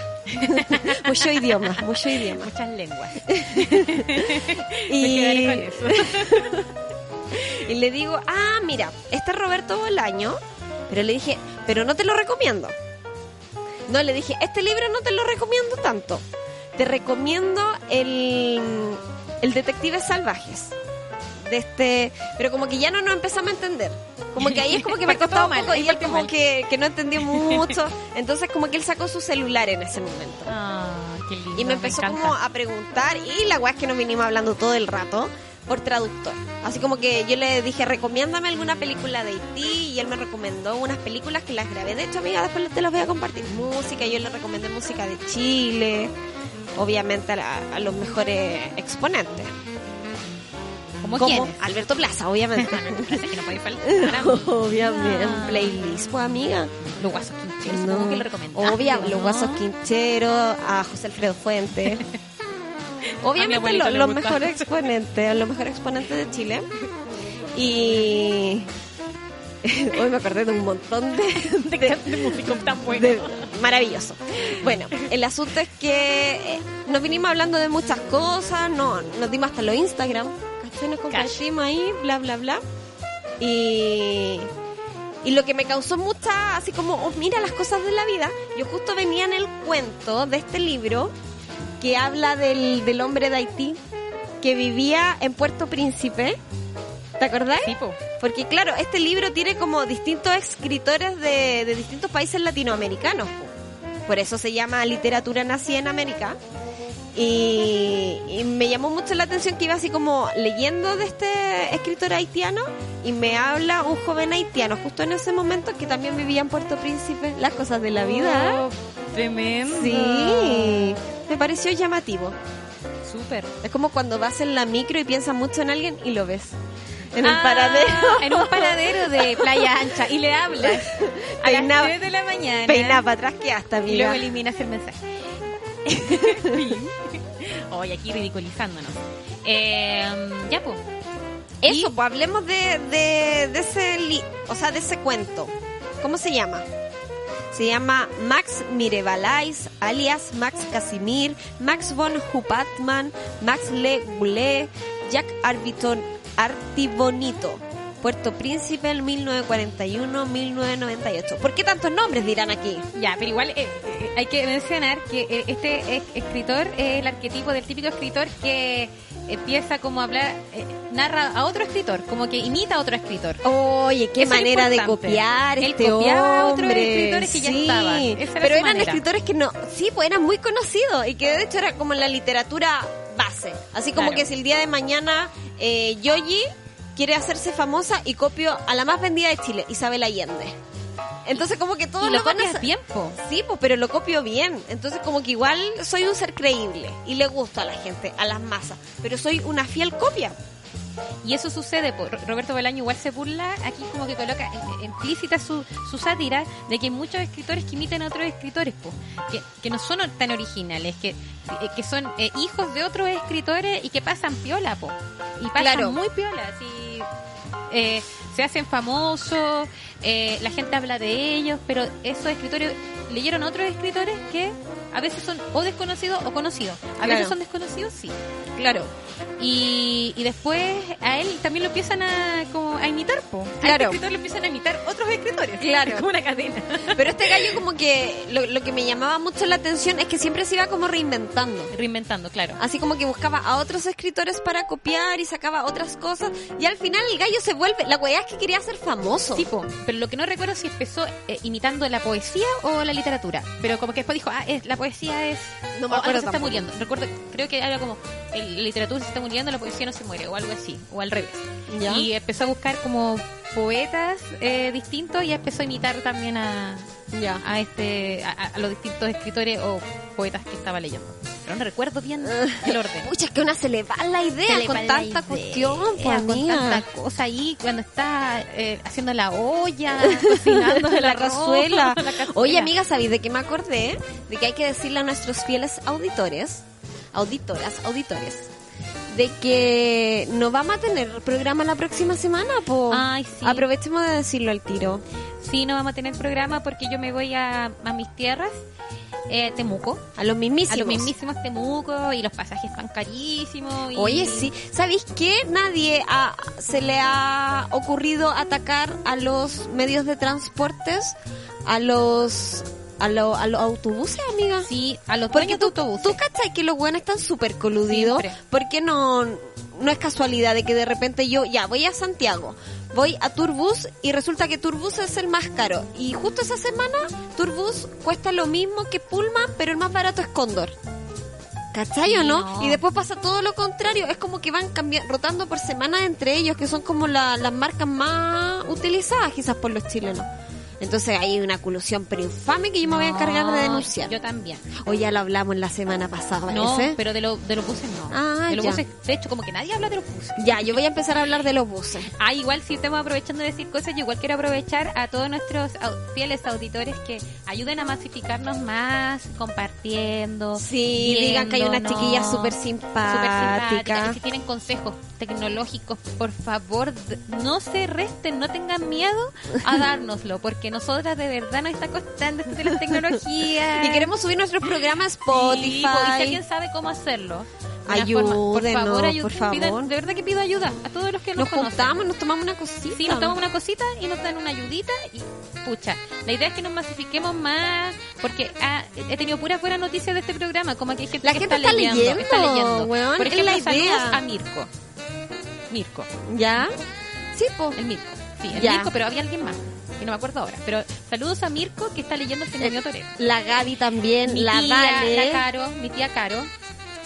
mucho idioma, mucho idioma. muchas lenguas. Me quedaré con Y, eso. Y le digo, ah, mira, este es Roberto Bolaño. Pero le dije, pero no te lo recomiendo. No, le dije, este libro no te lo recomiendo tanto. Te recomiendo el, el Detective Salvajes. De este, pero como que ya no nos empezamos a entender. Como que ahí es como que me Partió costaba un mal, poco ahí y él partió como mal. que, que no entendió mucho. Entonces como que él sacó su celular en ese momento. Ah, qué lindo. Y me empezó encanta. como a preguntar, y la weá es que nos vinimos hablando todo el rato por traductor. Así como que yo le dije, recomiéndame alguna película de Haití, y él me recomendó unas películas que las grabé. De hecho, amiga, después te las voy a compartir. Música, yo le recomendé música de Chile, obviamente a, la- a los mejores exponentes. ¿Cómo como quieres? Alberto Plaza, obviamente. Parece que no puede faltar. obviamente. Ah. Playlist, pues amiga. Los guasos quincheros, No. supongo que lo Ah. recomendaste. Obvia, ¿no? los guasos Quinchero, a José Alfredo Fuentes. Obviamente abuelito lo- le los gusta. mejores exponentes, los mejores exponentes de Chile. Y hoy me acordé de un montón de, De, de, músicos tan buenos. de- maravilloso. Bueno, el asunto es que eh, nos vinimos hablando de muchas cosas, no, nos dimos hasta los Instagram, ¿cachai? nos compartimos ahí, bla, bla, bla. Y, y lo que me causó mucha, así como, oh, mira las cosas de la vida, yo justo venía en el cuento de este libro que habla del, del hombre de Haití que vivía en Puerto Príncipe. ¿Te acordás? Tipo. Porque claro, este libro tiene como distintos escritores de, de distintos países latinoamericanos. po. Por eso se llama Literatura Nacida en América. Y, y me llamó mucho la atención que iba así como leyendo de este escritor haitiano y me habla un joven haitiano justo en ese momento que también vivía en Puerto Príncipe, las cosas de la vida. Oh, tremendo. Sí, me pareció llamativo. Súper. Es como cuando vas en la micro y piensas mucho en alguien y lo ves. En el Ah, paradero. En un paradero de Playa Ancha. Y le hablas a Peinaba- las 3 de la mañana. Peinada para atrás que hasta, Y luego amiga. eliminas el mensaje. Hoy aquí ridiculizándonos. Eh, ya, pues. Eso, pues hablemos de, de, de ese li- o sea, de ese cuento. ¿Cómo se llama? Se llama Max Mirevalais, alias Max Casimir, Max von Hupatman, Max Le Goulet, Jack Arbiton, Artibonito, Puerto Príncipe, el 1941-1998. ¿Por qué tantos nombres dirán aquí? Ya, pero igual eh, eh, hay que mencionar que eh, este es- escritor es el arquetipo del típico escritor que empieza como a hablar, eh, narra a otro escritor, como que imita a otro escritor. Oye, qué Eso es manera de importante. copiar Él este copiaba a otros hombre. escritores que ya sí, estaban. Esa era pero su eran manera. escritores que no, sí, pues eran muy conocidos y que de hecho era como la literatura base. Así como Claro. que si el día de mañana eh, Yoyi quiere hacerse famosa y copio a la más vendida de Chile, Isabel Allende. Entonces como que todos y lo van a copias sa- bien, po. Sí, pues, pero lo copio bien. Entonces, como que igual soy un ser creíble y le gusto a la gente, a las masas. Pero soy una fiel copia. Y eso sucede, po. Ro- Roberto Bolaño igual se burla, aquí como que coloca eh, implícita su, su sátira de que hay muchos escritores que imitan a otros escritores, po. Que, que no son tan originales, que, eh, que son eh, hijos de otros escritores y que pasan piola, po. Y pasan Claro. muy piola, así, eh, se hacen famosos, eh, la gente habla de ellos, pero esos escritores leyeron otros escritores que a veces son o desconocidos o conocidos. A Claro. veces son desconocidos, sí. Claro. Y, y después a él también lo empiezan a, como, a imitar, po. Claro. A este escritor lo empiezan a imitar otros escritores. Claro. Es como una cadena. Pero este gallo como que lo, lo que me llamaba mucho la atención es que siempre se iba como reinventando. Reinventando, claro. Así como que buscaba a otros escritores para copiar y sacaba otras cosas. Y al final el gallo se vuelve... La weá es que quería ser famoso. Sí, po. pero lo que no recuerdo es si empezó eh, imitando la poesía o la literatura. Pero como que después dijo, ah, es, la poesía es... No o algo me acuerdo se está tampoco. muriendo. Recuerdo, creo que era como, el- la literatura se está muriendo, la poesía no se muere, o algo así, o al revés. Ya. Y empezó a buscar como poetas eh, distintos y empezó a imitar también a, ya. a este a, a los distintos escritores o poetas que estaba leyendo. Pero no recuerdo bien el orden. Pucha, es que a una se le va la idea Se le con va la tanta idea, cuestión, pues, po, con amiga. tanta cosa ahí cuando está eh, haciendo la olla, cocinando de el la arroz, cazuela. la cazuela. Oye, amiga, ¿sabéis de qué me acordé? De que hay que decirle a nuestros fieles auditores, auditoras, auditores, de que no vamos a tener programa la próxima semana, po. Ay, sí. Aprovechemos de decirlo al tiro. sí, no vamos a tener programa porque yo me voy a, a mis tierras, eh, Temuco, A los a mismísimos. los mismísimos Temuco y los pasajes están carísimos. y- Oye, sí. ¿Sabéis que nadie ha- se le ha ocurrido atacar a los medios de transportes, a los, a, lo- a los autobuses, amiga? Sí, a los Porque dueños de tú, autobuses. tú cachai que los buenos están súper coludidos. Siempre. Porque no, no es casualidad de que de repente yo, ya, voy a Santiago, voy a Turbus y resulta que Turbus es el más caro. Y justo esa semana, Turbus cuesta lo mismo que Pullman, pero el más barato es Cóndor. ¿Cachai o Sí, no? no. Y después pasa todo lo contrario. Es como que van cambiando, rotando por semana entre ellos, que son como la- las marcas más utilizadas quizás por los chilenos. Entonces hay una colusión pero infame que yo me voy a encargar de No, denunciar. Ah. Yo también. O ya lo hablamos la semana pasada, No, parece. pero de, lo- de los buses no. Ah, de los ya. buses, de hecho, como que nadie habla de los buses. Ya, yo voy a empezar a hablar de los buses. Ah, igual si estamos aprovechando de decir cosas, yo igual quiero aprovechar a todos nuestros au- fieles auditores que ayuden a masificarnos más, compartiendo. Sí, digan que hay unas viéndonos, chiquillas súper súper simpáticas. simpáticas. Y si tienen consejos tecnológicos, por favor, d- no se resten, no tengan miedo a dárnoslo, porque nosotras de verdad nos está costando esto de las tecnologías. Y queremos subir nuestros programas a Sí, po, y si Spotify. alguien sabe cómo hacerlo. de una Ayúdenos, por favor, ayúdenos, por favor. pidan- de verdad que pido ayuda a todos los que nos, nos conocen. juntamos, nos tomamos una cosita. Sí, nos damos una cosita y nos dan una ayudita y pucha. La idea es que nos masifiquemos más porque ah, he tenido puras buenas noticias de este programa, como que hay gente La que gente está, está leyendo, leyendo, está leyendo. weón, Por es ejemplo, la saludos idea. a Mirko. Mirko, ¿Ya? Sí, po. el Mirko. Sí, el Ya. Mirko, pero había alguien más, que no me acuerdo ahora. Pero saludos a Mirko que está leyendo el Señor Torero. Eh, La Gaby también, Mi la tía, Vale. la Caro, mi tía Caro.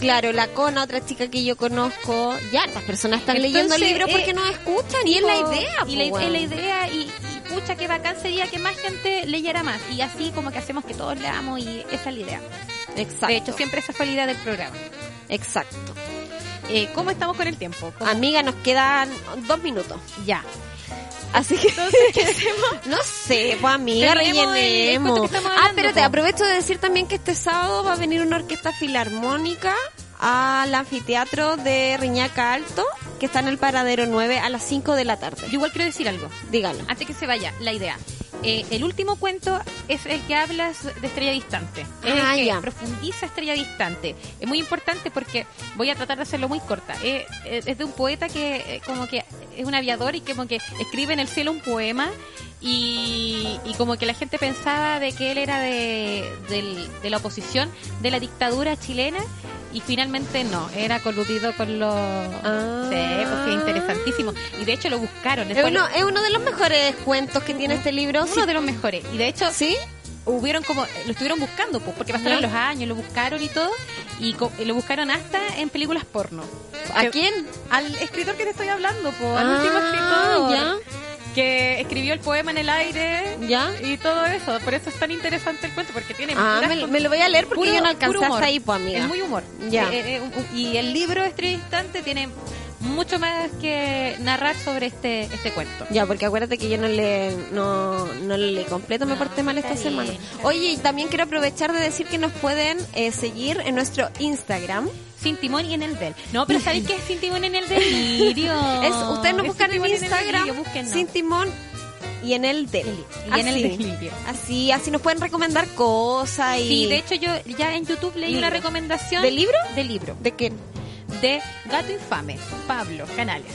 Claro, la Cona, otra chica que yo conozco, ya las personas están leyendo el Entonces, libro eh, porque no escuchan y es la idea. Y po, la, es weón. la idea, y, y pucha, qué bacán sería que más gente leyera más. Y así como que hacemos que todos leamos, y esa es la idea. Exacto. De hecho, siempre esa fue la idea del programa. Exacto. Eh, ¿Cómo estamos con el tiempo? ¿Cómo- Amiga, nos quedan dos minutos. Ya. Así que. no sé, pues amiga, Terminemos el- el cuento que rellenemos. estamos Ah, hablando, pero te po. aprovecho de decir también que este sábado va a venir una orquesta filarmónica al anfiteatro de Riñaca Alto, que está en el paradero 9 a las 5 de la Yo tarde. igual quiero decir algo. Dígalo. Antes que se vaya, la idea. Eh, el último cuento es el que habla de Estrella Distante. Es Ah, el que ya. profundiza Estrella Distante. Es muy importante porque voy a tratar de hacerlo muy corta. Eh, eh, es de un poeta que eh, como que es un aviador y como que escribe en el cielo un poema y, y como que la gente pensaba de que él era de, del- de la oposición de la dictadura chilena y finalmente no, era coludido con los... Ah. Eh, Sí, pues sí, interesantísimo. Y de hecho lo buscaron. Es después lo- uno, es uno de los mejores cuentos que tiene este libro. uno de los mejores. Y de hecho, ¿Sí? hubieron como, lo estuvieron buscando, pues, porque pasaron Ya. los años, lo buscaron y todo, y co- y lo buscaron hasta en películas porno. ¿A Que- quién? Al escritor que te estoy hablando, pues, al último escritor. Ah, Que escribió el poema en el aire ¿Ya? y todo eso. Por eso es tan interesante el cuento, porque tiene Ah, puras me, con- me lo voy a leer porque puro- yo no puro alcancé humor. hasta ahí, pues, amiga. Es muy humor. Ya. Eh, eh, un- y el libro Estrella Distante tiene mucho más que narrar sobre este, este cuento. Ya, porque acuérdate que yo no le no, no lo leí completo, me No, porté mal esta está bien, semana. está Oye, y también quiero aprovechar de decir que nos pueden eh, seguir en nuestro Instagram. Sin timón y en el del. No, pero ¿sabéis qué es sin timón y en el delirio? Es, ustedes nos Es buscan Sin en Timón y el Instagram, Delirio, búsquennos. sin Ah, timón y en el del. Y en el delirio. Así, así nos pueden recomendar cosas y... Sí, de hecho yo ya en YouTube leí Libro. una recomendación. ¿De libro? De libro. ¿De qué? De Gato Infame, Pablo Canales.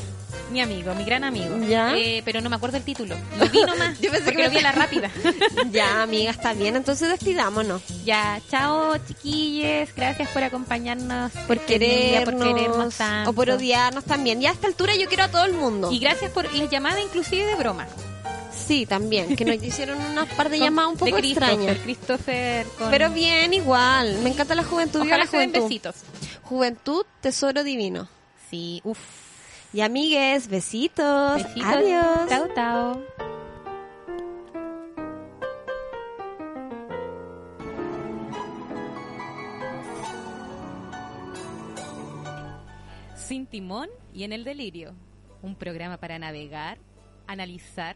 Mi amigo, mi gran amigo. Ya. Eh, pero no me acuerdo el título. Lo vi nomás. Yo pensé porque que lo vi me- a la rápida. ya, amiga, está bien, entonces despidámonos. ya, chao chiquilles. Gracias por acompañarnos. Por este día, querernos, por querernos tanto. o por odiarnos también. Y a esta altura yo quiero a todo el mundo. Y gracias por las llamadas inclusive de broma. Sí, también, que nos hicieron unas par de Con- llamadas un poco de Christopher, extrañas. Christopher con... Pero bien, igual. Me encanta la juventud. Viva Ojalá la se den juventud. besitos. Juventud, tesoro divino. Sí, uff. Y amigues, besitos. Besitos. Adiós. Chao, chao. Sin timón y en el delirio. Un programa para navegar, analizar